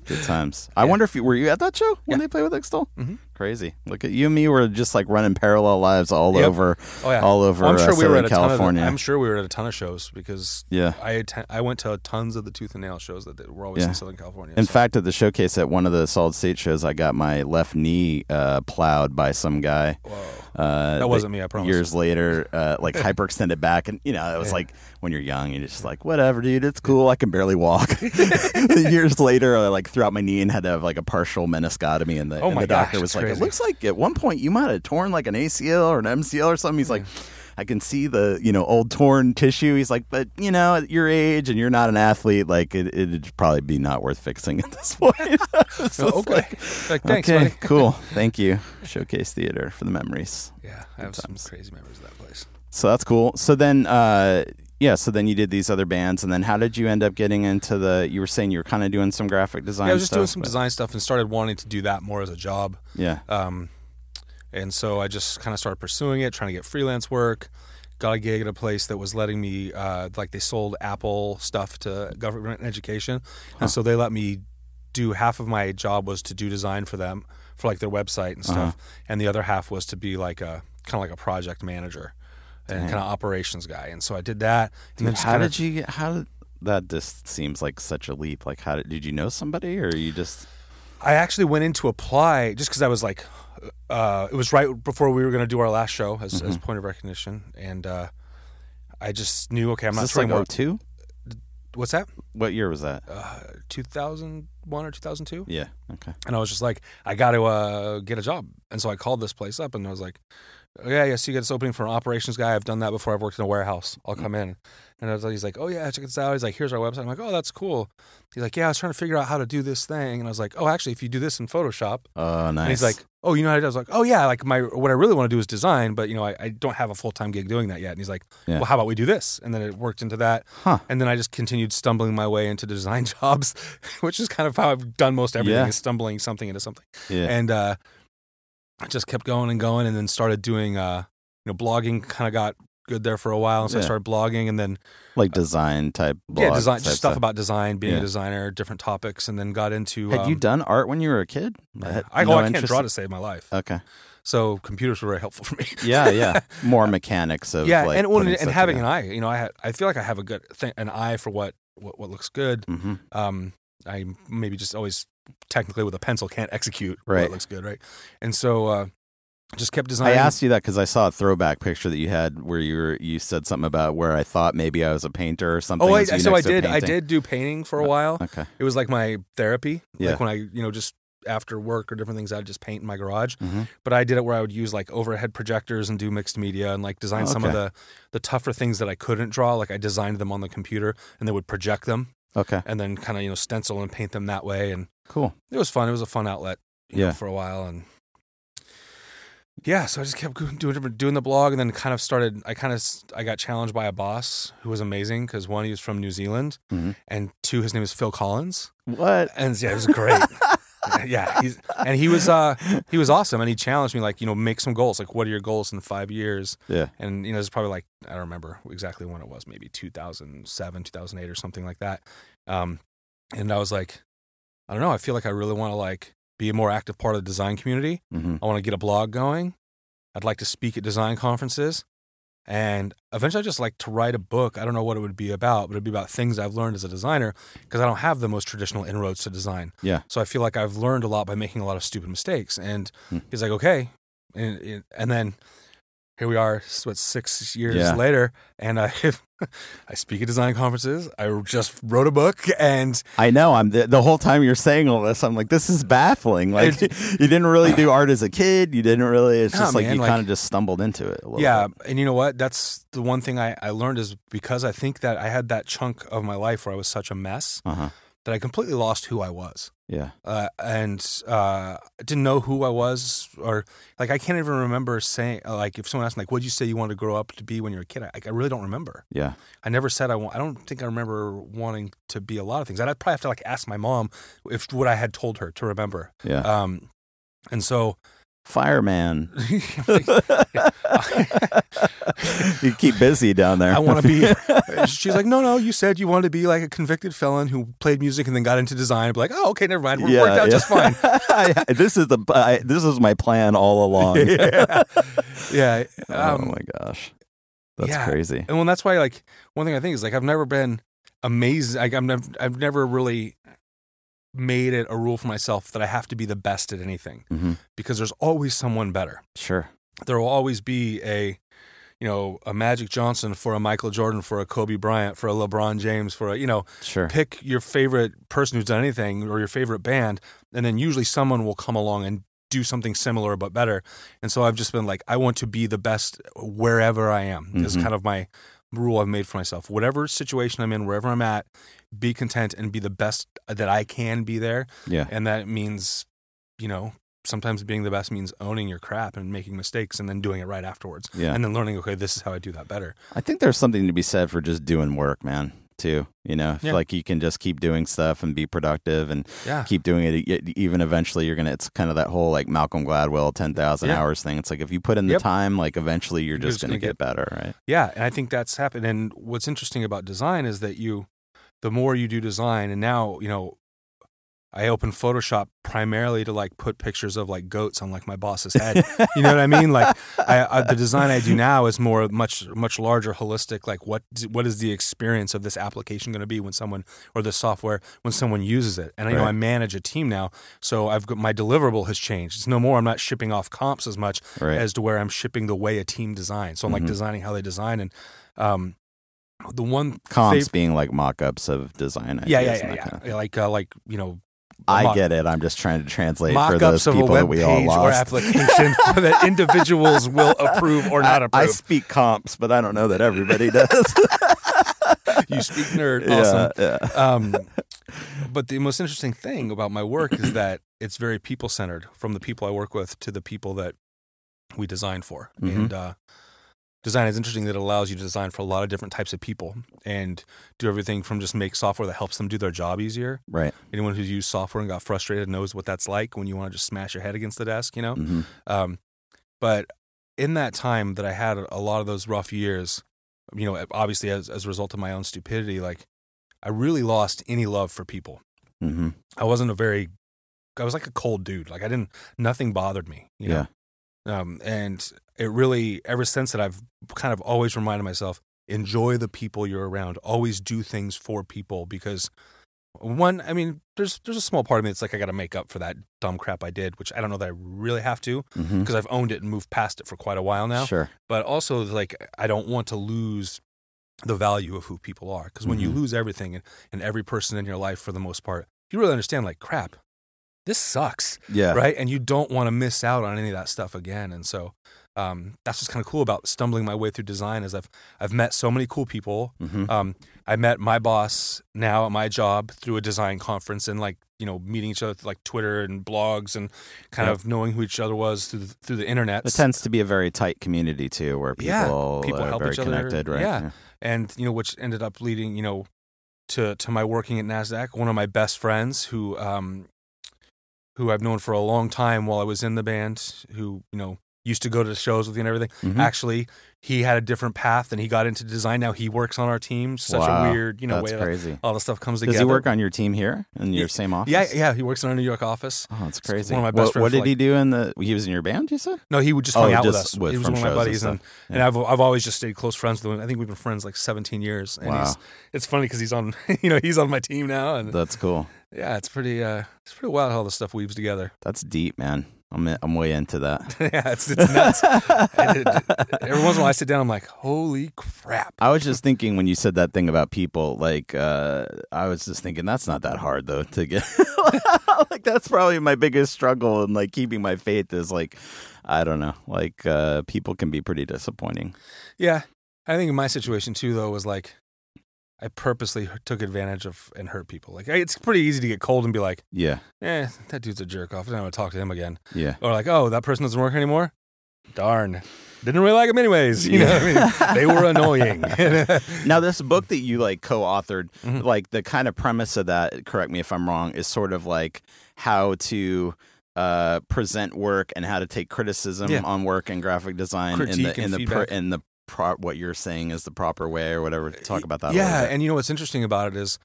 [SPEAKER 1] good times. I wonder if you were you at that show when they played with extol. Mm-hmm. Crazy. Look at you and me. We're just like running parallel lives all
[SPEAKER 2] Yep.
[SPEAKER 1] over,
[SPEAKER 2] Oh yeah,
[SPEAKER 1] all over
[SPEAKER 2] Well, I'm
[SPEAKER 1] uh,
[SPEAKER 2] sure we
[SPEAKER 1] Southern
[SPEAKER 2] were at a
[SPEAKER 1] California.
[SPEAKER 2] Ton of, I'm sure we were at a ton of shows because
[SPEAKER 1] Yeah.
[SPEAKER 2] I atten- I went to tons of the Tooth and Nail shows that they were always
[SPEAKER 1] Yeah. uh,
[SPEAKER 2] in Southern California.
[SPEAKER 1] In
[SPEAKER 2] so-
[SPEAKER 1] fact, at the showcase at one of the Solid State shows, I got my left knee uh, plowed by some guy.
[SPEAKER 2] Whoa.
[SPEAKER 1] Uh,
[SPEAKER 2] That wasn't me, I promise.
[SPEAKER 1] Years later, uh, like hyperextended back, and you know, it was like when you're young, you're just like, whatever, dude, it's cool. I can barely walk. years later, I like threw out my knee and had to have like a partial meniscotomy, and the,
[SPEAKER 2] Oh
[SPEAKER 1] and
[SPEAKER 2] my
[SPEAKER 1] the doctor
[SPEAKER 2] gosh,
[SPEAKER 1] was
[SPEAKER 2] it's
[SPEAKER 1] like, it
[SPEAKER 2] crazy.
[SPEAKER 1] looks like at one point you might have torn like an ACL or an MCL or something. He's like. I can see the you know old torn tissue. He's like, but you know, at your age and you're not an athlete, like it, it'd probably be not worth fixing at this point.
[SPEAKER 2] Oh, okay. Like, thanks,
[SPEAKER 1] okay,
[SPEAKER 2] buddy.
[SPEAKER 1] cool. Thank you, Showcase Theater, for the memories.
[SPEAKER 2] Yeah, I have some crazy memories of that place.
[SPEAKER 1] So that's cool. So then, uh, yeah. So then you did these other bands, and then how did you end up getting into the? You were saying you were kind of doing some graphic design.
[SPEAKER 2] Yeah, I was just
[SPEAKER 1] stuff,
[SPEAKER 2] doing some
[SPEAKER 1] but-
[SPEAKER 2] design stuff and started wanting to do that more as a job.
[SPEAKER 1] Yeah,
[SPEAKER 2] Um, and so I just kind of started pursuing it, trying to get freelance work. Got a gig at a place that was letting me, uh, like they sold Apple stuff to government education, and so they let me do half of my job was to do design for them for like their website and
[SPEAKER 1] Uh-huh.
[SPEAKER 2] stuff, and the other half was to be like a kind of like a project manager and kind of operations guy. And so I did that. and then just
[SPEAKER 1] how
[SPEAKER 2] kinda-
[SPEAKER 1] did you? get- How did that? Just seems like such a leap. Like, how did, did you know somebody, or you just?
[SPEAKER 2] I actually went in to apply just because I was like, uh, it was right before we were going to do our last show as, as
[SPEAKER 1] Mm-hmm.
[SPEAKER 2] point of recognition, and uh, I just knew okay, I'm
[SPEAKER 1] Was
[SPEAKER 2] not
[SPEAKER 1] this
[SPEAKER 2] sure
[SPEAKER 1] like
[SPEAKER 2] what,
[SPEAKER 1] 02?
[SPEAKER 2] what's that,
[SPEAKER 1] What year was that?
[SPEAKER 2] uh, 2001 or 2002,
[SPEAKER 1] yeah. Okay.
[SPEAKER 2] and I was just like, I got to uh, get a job, and so I called this place up, and I was like, oh, yeah, yeah, so you got this opening for an operations guy. I've done that before. I've worked in a warehouse. I'll come in, and I was like, he's like, oh yeah, check this out. He's like, here's our website. I'm like, oh, that's cool. He's like, yeah, I was trying to figure out how to do this thing, and I was like, oh, actually, if you do this in Photoshop.
[SPEAKER 1] Oh, nice.
[SPEAKER 2] And he's like, "Oh, you know how to do?" I was like, "Oh yeah, like my what I really want to do is design, but you know, I, I don't have a full time gig doing that yet." And he's like,
[SPEAKER 1] Yeah.
[SPEAKER 2] "Well, how about we do this?" And then it worked into that,
[SPEAKER 1] Huh.
[SPEAKER 2] and then I just continued stumbling my way into design jobs, which is kind of how I've done most everything
[SPEAKER 1] Yeah.
[SPEAKER 2] is stumbling something into something,
[SPEAKER 1] yeah.
[SPEAKER 2] and uh, I just kept going and going, and then started doing uh, you know, blogging. Kind of got good there for a while, and so I
[SPEAKER 1] Yeah.
[SPEAKER 2] started blogging, and then
[SPEAKER 1] like design type.
[SPEAKER 2] yeah,
[SPEAKER 1] blog
[SPEAKER 2] design
[SPEAKER 1] type
[SPEAKER 2] just stuff about design, being
[SPEAKER 1] Yeah.
[SPEAKER 2] a designer, different topics, and then got into.
[SPEAKER 1] Had you
[SPEAKER 2] um,
[SPEAKER 1] done art when you were a kid? Had
[SPEAKER 2] I,
[SPEAKER 1] no
[SPEAKER 2] oh, I can't
[SPEAKER 1] interest
[SPEAKER 2] draw
[SPEAKER 1] in-
[SPEAKER 2] to save my life.
[SPEAKER 1] Okay.
[SPEAKER 2] So computers were very helpful for me.
[SPEAKER 1] Yeah, yeah. More mechanics of
[SPEAKER 2] yeah,
[SPEAKER 1] like
[SPEAKER 2] and well, and,
[SPEAKER 1] putting stuff
[SPEAKER 2] having
[SPEAKER 1] together.
[SPEAKER 2] an eye. You know, I ha- I feel like I have a good thing, an eye for what, what what looks good.
[SPEAKER 1] Mhm.
[SPEAKER 2] Um, I maybe just always technically with a pencil can't execute
[SPEAKER 1] Right.
[SPEAKER 2] what looks good, right? And so uh, just kept
[SPEAKER 1] I
[SPEAKER 2] designing.
[SPEAKER 1] asked you that because I saw a throwback picture that you had where you were you said something about where I thought maybe I was a painter or something.
[SPEAKER 2] Oh, I,
[SPEAKER 1] and you
[SPEAKER 2] so I
[SPEAKER 1] next to a
[SPEAKER 2] did. I
[SPEAKER 1] painting. Uh,
[SPEAKER 2] did do painting for a while.
[SPEAKER 1] Okay.
[SPEAKER 2] It was like my therapy.
[SPEAKER 1] Yeah.
[SPEAKER 2] Like when I, you know, just after work or different things, I'd just paint in my garage.
[SPEAKER 1] Mhm.
[SPEAKER 2] But I did it where I would use like overhead projectors and do mixed media and like design some of
[SPEAKER 1] Oh, Okay.
[SPEAKER 2] the the tougher things that I couldn't draw. Like I designed them on the computer and they would project them
[SPEAKER 1] Okay.
[SPEAKER 2] and then kind of you know stencil and paint them that way. And
[SPEAKER 1] Cool.
[SPEAKER 2] it was fun. It was a fun outlet. you
[SPEAKER 1] Yeah.
[SPEAKER 2] know, for a while and. Yeah, so I just kept go- doing different- doing the blog, and then kind of started. I kind of s- I got challenged by a boss who was amazing because one he was from New Zealand,
[SPEAKER 1] Mhm.
[SPEAKER 2] and two his name is Phil Collins,
[SPEAKER 1] What?
[SPEAKER 2] and yeah, it was great. yeah, he's and he was uh he was awesome, and he challenged me like you know make some goals. Like, what are your goals in five years?
[SPEAKER 1] Yeah.
[SPEAKER 2] And you know, it's probably like I don't remember exactly when it was, maybe two thousand seven, two thousand eight, or something like that. Um, and I was like, I don't know. I feel like I really want to like be a more active part of the design community.
[SPEAKER 1] hmm
[SPEAKER 2] I want to get a blog going. I'd like to speak at design conferences. And eventually, I just like to write a book. I don't know what it would be about, but it'd be about things I've learned as a designer because I don't have the most traditional inroads to design.
[SPEAKER 1] Yeah.
[SPEAKER 2] So I feel like I've learned a lot by making a lot of stupid mistakes. And
[SPEAKER 1] Hmm.
[SPEAKER 2] he's like, okay. And, and- and then here we are, s- what, six years
[SPEAKER 1] Yeah.
[SPEAKER 2] later. And I, I speak at design conferences. I just wrote a book and
[SPEAKER 1] I know. I'm the, the whole time you're saying all this. I'm like, this is baffling. Like, you didn't really do art as a kid. You didn't really. It's
[SPEAKER 2] Nah,
[SPEAKER 1] just like
[SPEAKER 2] man,
[SPEAKER 1] you
[SPEAKER 2] like-
[SPEAKER 1] kind of just stumbled into it. A little
[SPEAKER 2] yeah
[SPEAKER 1] bit.
[SPEAKER 2] and you know what that's the one thing I, I learned is because i think that i had that chunk of my life where i was such a mess
[SPEAKER 1] Uh-huh.
[SPEAKER 2] that i completely lost who i was
[SPEAKER 1] Yeah.
[SPEAKER 2] uh, and uh, I didn't know who i was or like i can't even remember saying uh, like if someone asked me like what did you say you wanted to grow up to be when you were a kid i, I really don't remember
[SPEAKER 1] Yeah.
[SPEAKER 2] i never said i want i don't think i remember wanting to be a lot of things i'd probably have to like ask my mom if what i had told her to remember
[SPEAKER 1] Yeah.
[SPEAKER 2] um, and so
[SPEAKER 1] fireman. you keep busy down there.
[SPEAKER 2] I want to be. She's like, no, no. You said you wanted to be like a convicted felon who played music and then got into design. I'd be like, oh, okay, never mind. We're
[SPEAKER 1] Yeah,
[SPEAKER 2] worked out
[SPEAKER 1] yeah.
[SPEAKER 2] just fine.
[SPEAKER 1] I, this is the I, this is my plan all along.
[SPEAKER 2] Yeah.
[SPEAKER 1] oh
[SPEAKER 2] um,
[SPEAKER 1] my gosh, that's
[SPEAKER 2] yeah.
[SPEAKER 1] crazy.
[SPEAKER 2] and well, that's why. Like one thing I think is like I've never been amazed. Like I'm, nev- I've never really made it a rule for myself that I have to be the best at anything
[SPEAKER 1] Mhm.
[SPEAKER 2] because there's always someone better.
[SPEAKER 1] Sure.
[SPEAKER 2] there will always be a you know a Magic Johnson for a Michael Jordan for a Kobe Bryant for a LeBron James for a you know
[SPEAKER 1] Sure.
[SPEAKER 2] pick your favorite person who's done anything or your favorite band and then usually someone will come along and do something similar but better and so I've just been like I want to be the best wherever I am is
[SPEAKER 1] Mhm.
[SPEAKER 2] kind of my rule I've made for myself whatever situation I'm in wherever I'm at be content and be the best that I can be there
[SPEAKER 1] Yeah.
[SPEAKER 2] and that means, you know, sometimes being the best means owning your crap and making mistakes and then doing it right afterwards.
[SPEAKER 1] Yeah.
[SPEAKER 2] And then learning, okay, this is how I do that better.
[SPEAKER 1] I think there's something to be said for just doing work, man. Too, you know, If,
[SPEAKER 2] Yeah.
[SPEAKER 1] like you can just keep doing stuff and be productive and
[SPEAKER 2] Yeah.
[SPEAKER 1] keep doing it. e- Even eventually, you're gonna. It's kind of that whole like Malcolm Gladwell ten thousand
[SPEAKER 2] Yeah.
[SPEAKER 1] hours thing. It's like if you put in the
[SPEAKER 2] Yep.
[SPEAKER 1] time, like eventually you're just, gonna, get, better, right?
[SPEAKER 2] Yeah. And I think that's happened. And what's interesting about design is that you, the more you do design, and now, you know, I open Photoshop primarily to like put pictures of like goats on like my boss's head. you know what I mean? Like I, I, the design I do now is more much much larger, holistic. Like what what is the experience of this application going to be when someone or this software when someone uses it? And I know
[SPEAKER 1] Right.
[SPEAKER 2] I manage a team now, so I've got my deliverable has changed. It's no more. I'm not shipping off comps as much
[SPEAKER 1] Right.
[SPEAKER 2] as to where I'm shipping the way a team designs. So I'm
[SPEAKER 1] Mhm.
[SPEAKER 2] like designing how they design and. Um, the one
[SPEAKER 1] Comps
[SPEAKER 2] fav-
[SPEAKER 1] being like mock-ups of design. ideas
[SPEAKER 2] yeah, yeah,
[SPEAKER 1] and
[SPEAKER 2] yeah,
[SPEAKER 1] that
[SPEAKER 2] yeah.
[SPEAKER 1] kinda thing.
[SPEAKER 2] like uh, like you know,
[SPEAKER 1] I
[SPEAKER 2] mock-
[SPEAKER 1] get it. I'm just trying to translate for those
[SPEAKER 2] mock-ups of a
[SPEAKER 1] people that
[SPEAKER 2] web
[SPEAKER 1] we all
[SPEAKER 2] page
[SPEAKER 1] lost.
[SPEAKER 2] or application that individuals will approve or not
[SPEAKER 1] I, I
[SPEAKER 2] approve.
[SPEAKER 1] speak comps, but I don't know that everybody does.
[SPEAKER 2] you speak nerd,
[SPEAKER 1] Yeah,
[SPEAKER 2] awesome.
[SPEAKER 1] yeah.
[SPEAKER 2] Um, but the most interesting thing about my work is that it's very people centered, from the people I work with to the people that we design for.
[SPEAKER 1] Mhm.
[SPEAKER 2] And uh, design is interesting that it allows you to design for a lot of different types of people and do everything from just make software that helps them do their job easier.
[SPEAKER 1] Right.
[SPEAKER 2] Anyone who's used software and got frustrated knows what that's like when you want to just smash your head against the desk, you know?
[SPEAKER 1] hmm
[SPEAKER 2] Um, but in that time that I had a lot of those rough years, you know, obviously as, as a result of my own stupidity, like I really lost any love for people.
[SPEAKER 1] hmm
[SPEAKER 2] I wasn't a very, I was like a cold dude. Like I didn't, nothing bothered me, you know? Um, and it really, ever since that, I've kind of always reminded myself enjoy the people you're around, always do things for people because. One, I mean, there's there's a small part of me that's like I got to make up for that dumb crap I did, which I don't know that I really have to
[SPEAKER 1] Yeah. hmm
[SPEAKER 2] because I've owned it and moved past it for quite a while now.
[SPEAKER 1] Sure.
[SPEAKER 2] But also, like, I don't want to lose the value of who people are because when you
[SPEAKER 1] Mhm.
[SPEAKER 2] lose everything and, and every person in your life for the most part, you really understand, like, crap, this sucks,
[SPEAKER 1] Yeah.
[SPEAKER 2] right? And you don't want to miss out on any of that stuff again. And so, um, that's what's kind of cool about stumbling my way through design is I've I've met so many cool people.
[SPEAKER 1] hmm
[SPEAKER 2] Um, I met my boss now at my job through a design conference and like you know meeting each other through like Twitter and blogs and kind
[SPEAKER 1] Yep.
[SPEAKER 2] of knowing who each other was through the, through the internet.
[SPEAKER 1] It tends to be a very tight community too, where people
[SPEAKER 2] Yeah, people
[SPEAKER 1] are
[SPEAKER 2] help
[SPEAKER 1] very
[SPEAKER 2] each other.
[SPEAKER 1] connected, right?
[SPEAKER 2] Yeah. and you know which ended up leading you know to to my working at Nasdaq. One of my best friends who um who I've known for a long time while I was in the band, who you know used to go to the shows with me and everything.
[SPEAKER 1] Mhm.
[SPEAKER 2] Actually, he had a different path and he got into design. Now he works on our team. Such
[SPEAKER 1] Wow.
[SPEAKER 2] a weird you know
[SPEAKER 1] that's
[SPEAKER 2] way that
[SPEAKER 1] crazy.
[SPEAKER 2] all the stuff comes
[SPEAKER 1] Does
[SPEAKER 2] together.
[SPEAKER 1] he work on your team here in your
[SPEAKER 2] Yeah,
[SPEAKER 1] same office?
[SPEAKER 2] Yeah, yeah, he works in our New York office.
[SPEAKER 1] Oh, that's crazy.
[SPEAKER 2] one of my best
[SPEAKER 1] what,
[SPEAKER 2] friends
[SPEAKER 1] what
[SPEAKER 2] for,
[SPEAKER 1] did
[SPEAKER 2] like-
[SPEAKER 1] he do in the? He was in your band, you said?
[SPEAKER 2] No, he would just
[SPEAKER 1] Oh,
[SPEAKER 2] hang out with
[SPEAKER 1] just
[SPEAKER 2] us.
[SPEAKER 1] with-
[SPEAKER 2] he was
[SPEAKER 1] from shows
[SPEAKER 2] one of my
[SPEAKER 1] and
[SPEAKER 2] buddies, and,
[SPEAKER 1] stuff.
[SPEAKER 2] and, I've I've always just stayed close friends with him. I think we've been friends like 17 years, and he's
[SPEAKER 1] Wow.
[SPEAKER 2] it's funny because he's on you know he's on my team now, and
[SPEAKER 1] That's cool.
[SPEAKER 2] yeah, it's pretty uh it's pretty wild how all this stuff weaves together.
[SPEAKER 1] That's deep, man. I'm in- I'm way into that.
[SPEAKER 2] yeah, it's it's nuts. And it- every once in a while, I sit down, I'm like, holy crap.
[SPEAKER 1] I was just thinking when you said that thing about people, like uh, I was just thinking that's not that hard though to get. like that's probably my biggest struggle in like keeping my faith is like I don't know, like uh, people can be pretty disappointing.
[SPEAKER 2] Yeah, I think in my situation too, though, was like I purposely took advantage of and hurt people. Like I- it's pretty easy to get cold and be like,
[SPEAKER 1] Yeah,
[SPEAKER 2] eh, that dude's a jerk off. I don't want to talk to him again.
[SPEAKER 1] yeah.
[SPEAKER 2] Or like, oh, that person doesn't work anymore. Darn, didn't really like him anyways. You know, what I mean, they were annoying.
[SPEAKER 1] Now, this book that you like co-authored,
[SPEAKER 2] Mhm.
[SPEAKER 1] like the kind of premise of that, correct me if I'm wrong, is sort of like how to uh, present work and how to take criticism
[SPEAKER 2] Yeah.
[SPEAKER 1] on work and graphic design in
[SPEAKER 2] Critique
[SPEAKER 1] the in
[SPEAKER 2] and
[SPEAKER 1] the pro,
[SPEAKER 2] feedback.
[SPEAKER 1] in the pro, what you're saying is the proper way or whatever. Talk about that. a
[SPEAKER 2] Yeah,
[SPEAKER 1] little bit.
[SPEAKER 2] and you know what's interesting about it is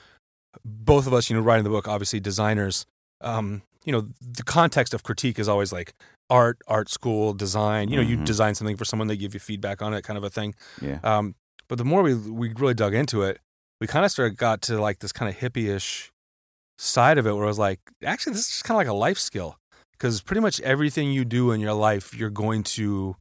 [SPEAKER 2] both of us, you know, writing the book, obviously designers. Um, you know, the context of critique is always like art, art school, design. You know, you
[SPEAKER 1] Mhm.
[SPEAKER 2] design something for someone, they give you feedback on it, kind of a thing.
[SPEAKER 1] yeah.
[SPEAKER 2] Um, but the more we we really dug into it, we kind of started got to like this kind of hippie-ish side of it, where I was like, actually, this is just kind of like a life skill because pretty much everything you do in your life, you're going to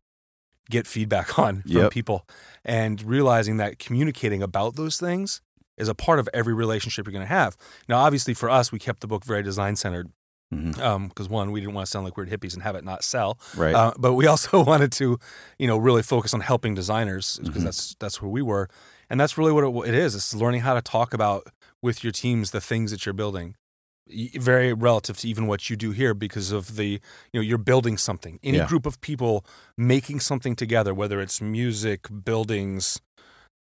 [SPEAKER 2] get feedback on from
[SPEAKER 1] Yep.
[SPEAKER 2] people, and realizing that communicating about those things is a part of every relationship you're going to have. Now, obviously, for us, we kept the book very design centered
[SPEAKER 1] Mhm.
[SPEAKER 2] because one, we didn't want to sound like weird hippies and have it not sell.
[SPEAKER 1] Right.
[SPEAKER 2] Uh, but we also wanted to, you know, really focus on helping designers because
[SPEAKER 1] Mhm.
[SPEAKER 2] that's that's where we were, and that's really what it, it is. It's learning how to talk about with your teams the things that you're building, Y- very relative to even what you do here because of the, you know, you're building something. Any
[SPEAKER 1] Yeah.
[SPEAKER 2] group of people making something together, whether it's music, buildings,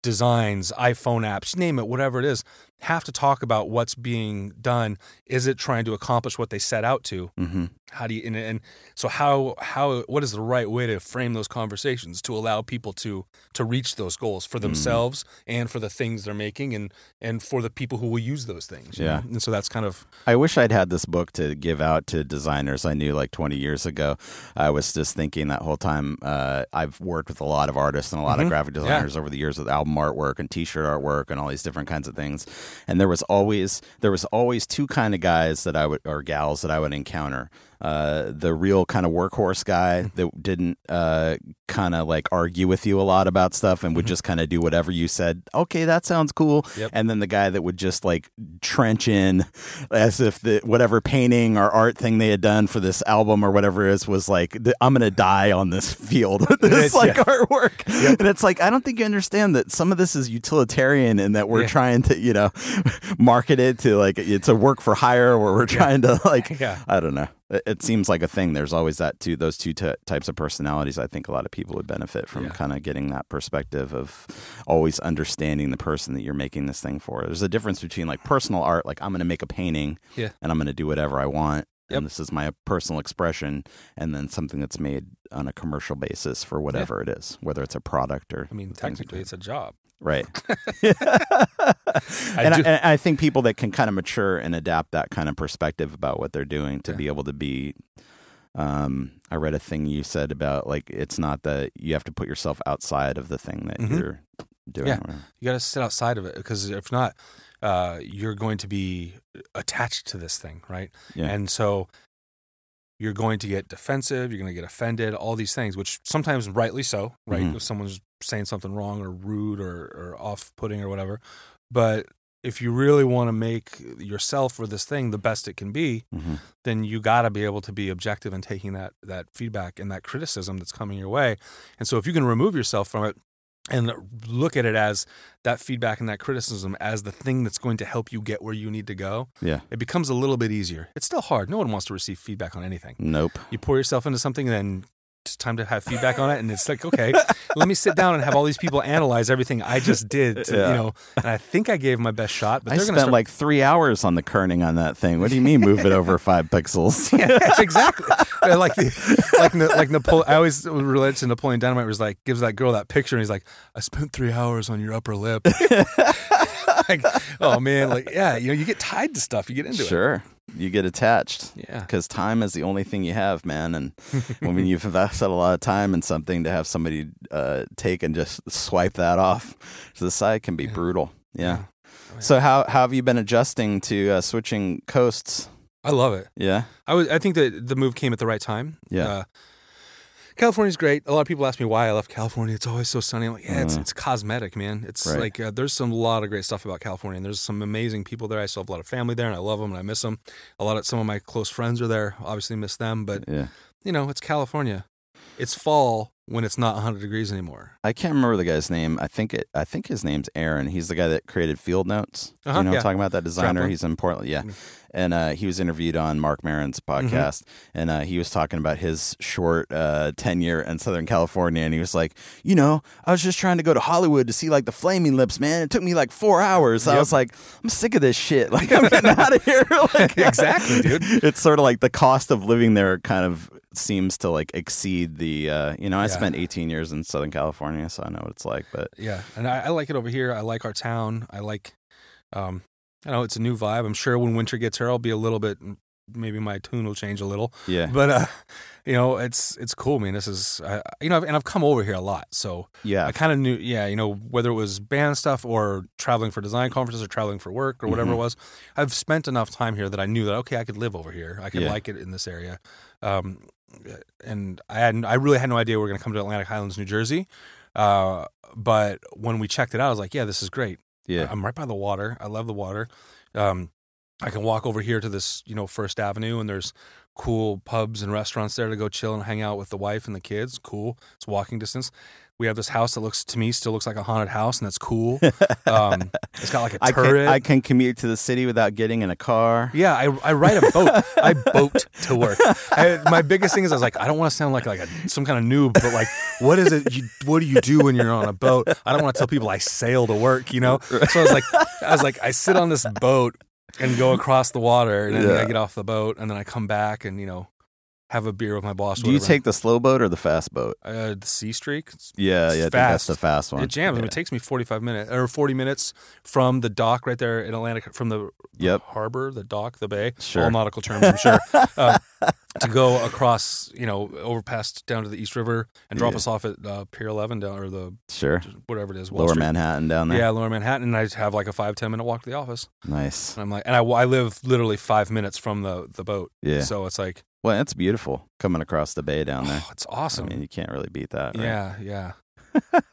[SPEAKER 2] designs, iPhone apps, name it, whatever it is, have to talk about what's being done. Is it trying to accomplish what they set out to?
[SPEAKER 1] hmm
[SPEAKER 2] how do you and, and so how how what is the right way to frame those conversations to allow people to to reach those goals
[SPEAKER 1] Mm-hmm.
[SPEAKER 2] for themselves and for the things they're making and and for the people who will use those things you
[SPEAKER 1] Yeah.
[SPEAKER 2] know? and so that's kind of
[SPEAKER 1] I wish I'd had this book to give out to designers I knew like 20 years ago. I was just thinking that whole time. Uh, I've worked with a lot of artists and a lot of
[SPEAKER 2] Mhm.
[SPEAKER 1] graphic
[SPEAKER 2] Yeah.
[SPEAKER 1] designers over the years with album artwork and T-shirt artwork and all these different kinds of things. And there was always there was always two kind of guys that I would or gals that I would encounter. Uh, the real kind of workhorse guy
[SPEAKER 2] Mm-hmm.
[SPEAKER 1] that didn't uh, kind of like argue with you a lot about stuff and would just kind of do whatever you said. Okay, that sounds cool.
[SPEAKER 2] Mm-hmm. Yep.
[SPEAKER 1] And then the guy that would just like trench in as if the whatever painting or art thing they had done for this album or whatever it is was like "Th- I'm gonna die on this field with this
[SPEAKER 2] It's-
[SPEAKER 1] like
[SPEAKER 2] yeah.
[SPEAKER 1] artwork. And it's like I don't think you understand that some of this is utilitarian and that we're
[SPEAKER 2] Yeah.
[SPEAKER 1] trying to you know market it to like it's a work for hire where we're trying to like
[SPEAKER 2] yeah
[SPEAKER 1] I don't know. It, it seems like a thing. There's always that too. Those two t- types of personalities. I think a lot of people would benefit from
[SPEAKER 2] Yeah.
[SPEAKER 1] kind of getting that perspective of always understanding the person that you're making this thing for. There's a difference between like personal art, like I'm going to make a painting,
[SPEAKER 2] Yeah.
[SPEAKER 1] and I'm going to do whatever I want.
[SPEAKER 2] Yep.
[SPEAKER 1] And this is my personal expression, and then something that's made on a commercial basis for whatever it is, whether it's a product or
[SPEAKER 2] i mean
[SPEAKER 1] things like
[SPEAKER 2] technically
[SPEAKER 1] that.
[SPEAKER 2] it's a job
[SPEAKER 1] Right.
[SPEAKER 2] I
[SPEAKER 1] and, I,
[SPEAKER 2] do-
[SPEAKER 1] and I think people that can kind of mature and adapt that kind of perspective about what they're doing to
[SPEAKER 2] Yeah.
[SPEAKER 1] be able to be. Um, I read a thing you said about like it's not that you have to put yourself outside of the thing that
[SPEAKER 2] Mhm.
[SPEAKER 1] you're doing.
[SPEAKER 2] Yeah.
[SPEAKER 1] or whatever.
[SPEAKER 2] you got to sit outside of it because if not uh, you're going to be attached to this thing right
[SPEAKER 1] Yeah.
[SPEAKER 2] and so you're going to get defensive you're going to get offended all these things which sometimes rightly so right
[SPEAKER 1] Mhm.
[SPEAKER 2] if someone's saying something wrong or rude or, or off-putting or whatever but if you really want to make yourself or this thing the best it can be
[SPEAKER 1] Mhm.
[SPEAKER 2] then you got to be able to be objective in taking that that feedback and that criticism that's coming your way. And so if you can remove yourself from it and look at it as that feedback and that criticism as the thing that's going to help you get where you need to go,
[SPEAKER 1] Yeah.
[SPEAKER 2] it becomes a little bit easier. It's still hard. No one wants to receive feedback on anything.
[SPEAKER 1] Nope.
[SPEAKER 2] You pour yourself into something and then it's time to have feedback on it and it's like okay let me sit down and have all these people analyze everything i just did to,
[SPEAKER 1] Yeah.
[SPEAKER 2] you know and i think i gave my best shot but
[SPEAKER 1] I
[SPEAKER 2] they're
[SPEAKER 1] spent
[SPEAKER 2] going to start
[SPEAKER 1] like three hours on the kerning on that thing. What do you mean move it over five pixels?
[SPEAKER 2] Yes, exactly. Uh, like the, like Na- like Napoleon. I always relate to Napoleon Dynamite. Was like gives that girl that picture, and he's like, "I spent three hours on your upper lip." like, oh man, like yeah, you know, you get tied to stuff, you get into
[SPEAKER 1] sure. You get attached.
[SPEAKER 2] it. Yeah,
[SPEAKER 1] because time is the only thing you have, man. And when you've invested a lot of time in something, to have somebody uh, take and just swipe that off to the side can be brutal. Yeah.
[SPEAKER 2] Oh,
[SPEAKER 1] So how how have you been adjusting to uh, switching coasts?
[SPEAKER 2] I love it.
[SPEAKER 1] Yeah.
[SPEAKER 2] I was, I think that the move came at the right time.
[SPEAKER 1] Yeah.
[SPEAKER 2] Uh, California's great. A lot of people ask me why I left California. It's always so sunny. I'm like, yeah, it's, it's cosmetic, man. It's
[SPEAKER 1] Mm. Right.
[SPEAKER 2] like uh, there's some lot of great stuff about California, and there's some amazing people there. I still have a lot of family there, and I love them, and I miss them. A lot of some of my close friends are there. Obviously, miss them, but
[SPEAKER 1] Yeah.
[SPEAKER 2] you know, it's California. It's fall. when it's not 100 degrees anymore.
[SPEAKER 1] I can't remember the guy's name. I think it. I think his name's Aaron. He's the guy that created Field Notes. Do
[SPEAKER 2] Uh-huh,
[SPEAKER 1] you know,
[SPEAKER 2] yeah. Mm-hmm.
[SPEAKER 1] talking about that designer.
[SPEAKER 2] Straplin.
[SPEAKER 1] He's in Portland. Yeah, and uh, he was interviewed on Mark Maron's
[SPEAKER 2] Mm-hmm.
[SPEAKER 1] podcast, and uh, he was talking about his short uh, tenure in Southern California, and he was like, you know, I was just trying to go to Hollywood to see like the Flaming Lips, man. It took me like four hours. I
[SPEAKER 2] Yep.
[SPEAKER 1] was like, I'm sick of this shit. Like, I'm getting out of here. like,
[SPEAKER 2] Exactly, dude.
[SPEAKER 1] it's sort of like the cost of living there kind of seems to like exceed the uh, you know i
[SPEAKER 2] Yeah.
[SPEAKER 1] spent 18 years in southern california so i know what it's like but
[SPEAKER 2] Yeah, and I, I like it over here. I like our town. I like, um, I know it's a new vibe. I'm sure when winter gets here, I'll be a little bit. Maybe my tune will change a little,
[SPEAKER 1] yeah
[SPEAKER 2] but uh, you know, it's it's cool, man. This is I, you know, and I've come over here a lot, so
[SPEAKER 1] yeah
[SPEAKER 2] I kind of knew, yeah, you know, whether it was band stuff or traveling for design conferences or traveling for work or whatever
[SPEAKER 1] Mm-hmm.
[SPEAKER 2] it was, I've spent enough time here that I knew that okay, I could live over here. I could
[SPEAKER 1] Yeah.
[SPEAKER 2] like it in this area. Um, and I had I really had no idea we were going to come to Atlantic Highlands, New Jersey. Uh, but when we checked it out, I was like, yeah, this is great.
[SPEAKER 1] yeah
[SPEAKER 2] I'm right by the water. I love the water. Um, I can walk over here to this, you know, First Avenue, and there's cool pubs and restaurants there to go chill and hang out with the wife and the kids. Cool. It's walking distance. We have this house that looks to me still looks like a haunted house, and that's cool. Um, it's got like a
[SPEAKER 1] I can,
[SPEAKER 2] turret.
[SPEAKER 1] I can commute to the city without getting in a car
[SPEAKER 2] yeah, I, I ride a boat. I boat to work. I, my biggest thing is I was like, I don't want to sound like like a, some kind of noob, but like, what is it? You, what do you do when you're on a boat? I don't want to tell people I sail to work, you know. So I was like, I was like, I sit on this boat and go across the water, and then
[SPEAKER 1] Yeah.
[SPEAKER 2] I get off the boat, and then I come back and you know have a beer with my boss. or
[SPEAKER 1] do you
[SPEAKER 2] whatever.
[SPEAKER 1] take the slow boat or the fast boat
[SPEAKER 2] uh, the Sea Streak? It's-
[SPEAKER 1] yeah
[SPEAKER 2] It's
[SPEAKER 1] yeah I think that's
[SPEAKER 2] fast.
[SPEAKER 1] the fast one
[SPEAKER 2] It jams. I mean,
[SPEAKER 1] Yeah.
[SPEAKER 2] It takes me 45 minutes or 40 minutes from the dock right there in Atlantic, from the
[SPEAKER 1] Yep.
[SPEAKER 2] harbor, the dock, the bay,
[SPEAKER 1] Sure.
[SPEAKER 2] all nautical terms, I'm sure, uh, to go across, you know, over past down to the East River and drop
[SPEAKER 1] Yeah.
[SPEAKER 2] us off at uh, Pier 11 down or the
[SPEAKER 1] sure
[SPEAKER 2] whatever it is, Wall
[SPEAKER 1] lower
[SPEAKER 2] Street.
[SPEAKER 1] manhattan down there
[SPEAKER 2] Yeah, Lower Manhattan. And I just have like a five, 10 minute walk to the office.
[SPEAKER 1] nice
[SPEAKER 2] And I'm like, and I, I live literally five minutes from the, the boat.
[SPEAKER 1] yeah
[SPEAKER 2] So it's like,
[SPEAKER 1] well that's beautiful coming across the bay down there
[SPEAKER 2] oh, it's awesome.
[SPEAKER 1] i mean you can't really beat that right?
[SPEAKER 2] Yeah, yeah.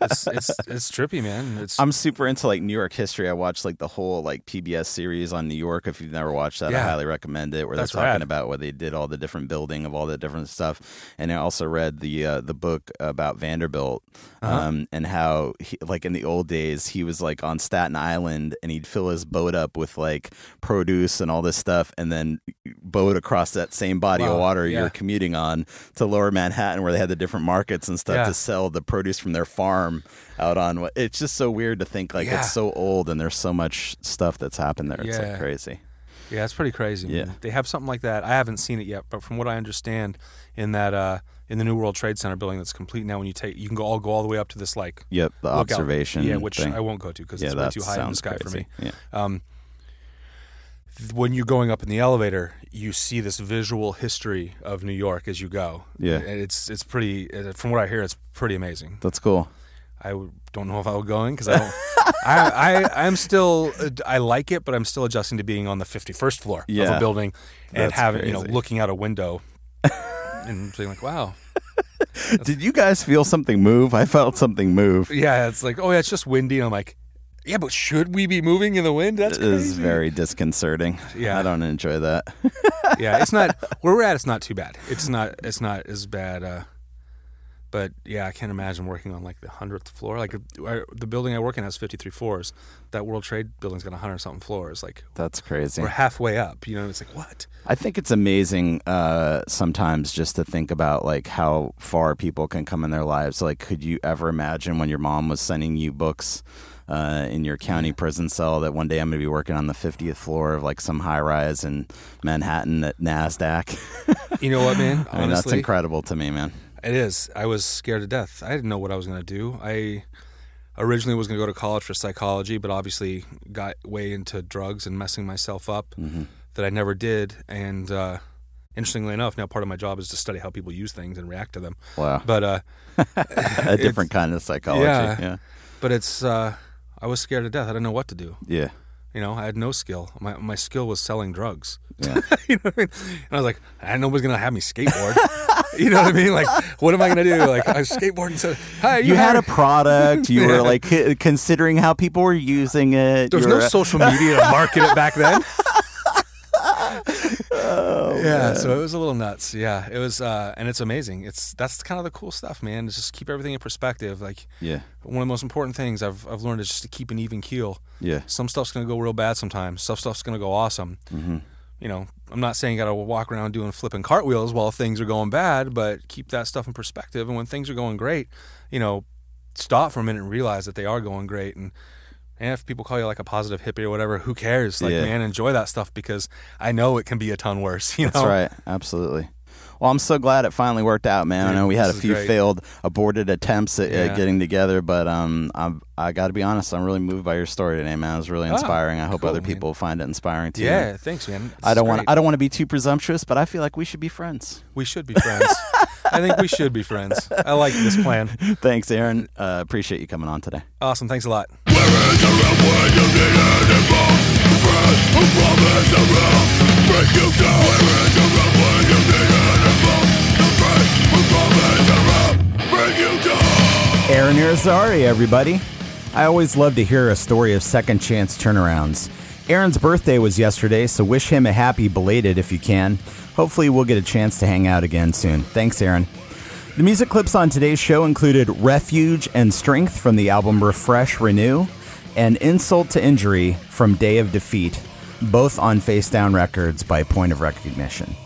[SPEAKER 2] it's, it's, it's trippy, man. It's,
[SPEAKER 1] I'm super into like New York history. I watched like the whole like PBS series on New York. If you've never watched that, I
[SPEAKER 2] Yeah.
[SPEAKER 1] highly recommend it. Where
[SPEAKER 2] That's
[SPEAKER 1] they're talking
[SPEAKER 2] rad.
[SPEAKER 1] about where they did all the different building of all the different stuff. And I also read the uh, the book about Vanderbilt
[SPEAKER 2] Uh-huh.
[SPEAKER 1] um, and how he, like in the old days he was like on Staten Island and he'd fill his boat up with like produce and all this stuff, and then boat across that same body of
[SPEAKER 2] Wow.
[SPEAKER 1] water
[SPEAKER 2] Yeah.
[SPEAKER 1] you're commuting on to Lower Manhattan where they had the different markets and stuff
[SPEAKER 2] Yeah.
[SPEAKER 1] to sell the produce from their farm out on. what- It's just so weird to think like
[SPEAKER 2] Yeah.
[SPEAKER 1] it's so old and there's so much stuff that's happened there. It's like
[SPEAKER 2] Yeah.
[SPEAKER 1] crazy.
[SPEAKER 2] Yeah, it's pretty crazy. man.
[SPEAKER 1] Yeah.
[SPEAKER 2] they have something like that. I haven't seen it yet, but from what I understand, in that uh, in the New World Trade Center building that's complete now, when you take you can go all go all the way up to this like
[SPEAKER 1] Yep, the
[SPEAKER 2] lookout-
[SPEAKER 1] observation.
[SPEAKER 2] yeah, which
[SPEAKER 1] thing.
[SPEAKER 2] I won't go to because
[SPEAKER 1] yeah,
[SPEAKER 2] it's way
[SPEAKER 1] that
[SPEAKER 2] too high in the
[SPEAKER 1] sounds
[SPEAKER 2] sky for
[SPEAKER 1] crazy.
[SPEAKER 2] me.
[SPEAKER 1] Yeah,
[SPEAKER 2] Um, th- when you're going up in the elevator, you see this visual history of New York as you go.
[SPEAKER 1] Yeah.
[SPEAKER 2] and it's it's pretty. uh, From what I hear, it's pretty amazing.
[SPEAKER 1] that's cool.
[SPEAKER 2] I w- don't know if I'll go in because I don't. I, I I'm still uh, I like it, but I'm still adjusting to being on the 51st floor of
[SPEAKER 1] Yeah.
[SPEAKER 2] a building and
[SPEAKER 1] That's
[SPEAKER 2] having you know
[SPEAKER 1] crazy.
[SPEAKER 2] looking out a window and being like, wow,
[SPEAKER 1] Did you guys feel something move? I felt something move.
[SPEAKER 2] yeah, it's like oh yeah, it's just windy. And I'm like, yeah, but should we be moving in the wind? That's
[SPEAKER 1] It is
[SPEAKER 2] crazy."
[SPEAKER 1] very disconcerting.
[SPEAKER 2] Yeah.
[SPEAKER 1] I don't enjoy that.
[SPEAKER 2] yeah. It's not where we're at. It's not too bad. It's not it's not as bad. Uh, but yeah, I can't imagine working on like the hundredth floor. Like I, the building I work in has 53 floors. That World Trade Building's got 100 something floors. Like
[SPEAKER 1] That's crazy.
[SPEAKER 2] we're halfway up. You know, it's like what?
[SPEAKER 1] I think it's amazing uh, sometimes just to think about like how far people can come in their lives. Like, could you ever imagine when your mom was sending you books uh, in your county prison cell that one day I'm going to be working on the 50th floor of like some high rise in Manhattan at Nasdaq?
[SPEAKER 2] You know what, man?
[SPEAKER 1] I mean, that's
[SPEAKER 2] Honestly,
[SPEAKER 1] incredible to me, man.
[SPEAKER 2] it is. I was scared to death. I didn't know what I was going to do. I originally was going to go to college for psychology, but obviously got way into drugs and messing myself up
[SPEAKER 1] Mm-hmm.
[SPEAKER 2] that I never did. And uh, interestingly enough, now part of my job is to study how people use things and react to them.
[SPEAKER 1] Wow,
[SPEAKER 2] But uh,
[SPEAKER 1] a different kind of psychology.
[SPEAKER 2] Yeah.
[SPEAKER 1] yeah,
[SPEAKER 2] but it's uh, I was scared to death. I didn't know what to do.
[SPEAKER 1] yeah.
[SPEAKER 2] You know, I had no skill. My my skill was selling drugs.
[SPEAKER 1] Yeah.
[SPEAKER 2] you know what I mean? And I was like, I nobody's gonna have me skateboard. you know what I mean? Like, what am I gonna do? Like, I was skateboarding. So, hi,
[SPEAKER 1] You had
[SPEAKER 2] hired-
[SPEAKER 1] a product. You
[SPEAKER 2] Yeah.
[SPEAKER 1] were like c- considering how people were using it.
[SPEAKER 2] There was
[SPEAKER 1] you
[SPEAKER 2] no
[SPEAKER 1] were-
[SPEAKER 2] social media to market it back then.
[SPEAKER 1] Oh,
[SPEAKER 2] yeah, so it was a little nuts. Yeah, it was, uh, and it's amazing. It's that's kind of the cool stuff, man. It's just keep everything in perspective. Like
[SPEAKER 3] Yeah.
[SPEAKER 2] one of the most important things I've I've learned is just to keep an even keel.
[SPEAKER 3] Yeah.
[SPEAKER 2] Some stuff's gonna go real bad sometimes. Some stuff's gonna go awesome.
[SPEAKER 3] Mm-hmm.
[SPEAKER 2] You know, I'm not saying you gotta walk around doing flipping cartwheels while things are going bad, but keep that stuff in perspective. And when things are going great, you know, stop for a minute and realize that they are going great. And and if people call you like a positive hippie or whatever, who cares? Like,
[SPEAKER 3] Yeah.
[SPEAKER 2] man, enjoy that stuff because I know it can be a ton worse. You know,
[SPEAKER 3] That's right. Absolutely. Well, I'm so glad it finally worked out, man. I know we had a
[SPEAKER 2] this is
[SPEAKER 3] few
[SPEAKER 2] great.
[SPEAKER 3] failed, aborted attempts at
[SPEAKER 2] Yeah.
[SPEAKER 3] uh, getting together, but um, I'm, I got to be honest, I'm really moved by your story today, man. It was really inspiring. I hope
[SPEAKER 2] Oh, cool,
[SPEAKER 3] other
[SPEAKER 2] man.
[SPEAKER 3] people find it inspiring too.
[SPEAKER 2] Yeah, thanks, man.
[SPEAKER 3] I
[SPEAKER 2] This
[SPEAKER 3] don't
[SPEAKER 2] is
[SPEAKER 3] want
[SPEAKER 2] great.
[SPEAKER 3] I don't want to be too presumptuous, but I feel like we should be friends.
[SPEAKER 2] We should be friends. I think we should be friends. I like this plan.
[SPEAKER 3] Thanks, Aaron. Uh, appreciate you coming on today.
[SPEAKER 2] Awesome. Thanks a lot.
[SPEAKER 1] Aaron Irizarry, everybody. I always love to hear a story of second chance turnarounds. Aaron's birthday was yesterday, so wish him a happy belated if you can. Hopefully, we'll get a chance to hang out again soon. Thanks, Aaron. The music clips on today's show included Refuge and Strength from the album Refresh Renew and Insult to Injury from Day of Defeat, both on Face Down Records by Point of Recognition.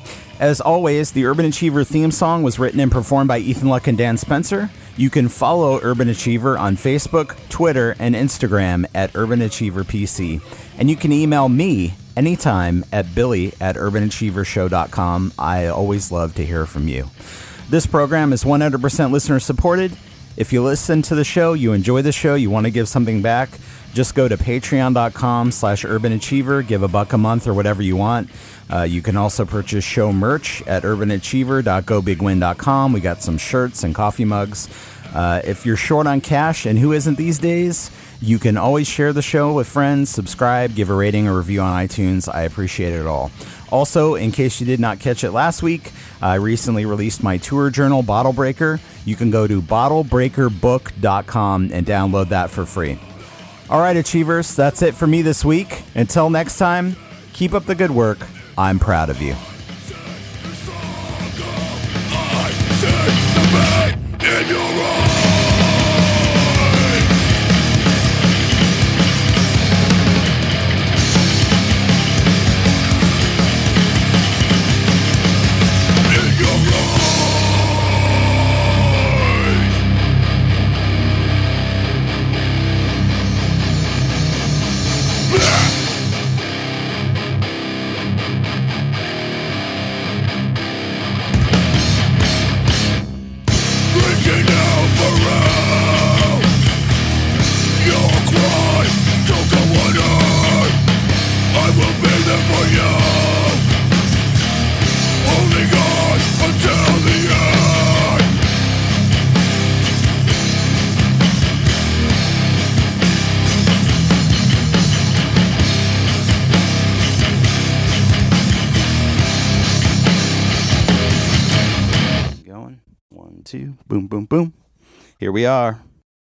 [SPEAKER 1] As always, the Urban Achiever theme song was written and performed by Ethan Luck and Dan Spencer. You can follow Urban Achiever on Facebook, Twitter, and Instagram at Urban Achiever PC. And you can email me anytime at billy at urbanachievershow.com. I always love to hear from you. This program is 100% listener supported. If you listen to the show, you enjoy the show, you want to give something back, just go to patreon.com slash urban achiever, give a buck a month or whatever you want. Uh, you can also purchase show merch at urbanachiever.gobigwin.com. We got some shirts and coffee mugs. Uh, if you're short on cash, and who isn't these days, you can always share the show with friends, subscribe, give a rating or review on iTunes. I appreciate it all. Also, in case you did not catch it last week, I recently released my tour journal, Bottle Breaker. You can go to bottlebreakerbook.com and download that for free. All right, Achievers, that's it for me this week. Until next time, keep up the good work. I'm proud of you.
[SPEAKER 4] In your eyes In your eyes Reaching out for help Your cry to go unheard I will be there for you Holding on until the end
[SPEAKER 3] Going one, two, boom, boom, boom. Here we are.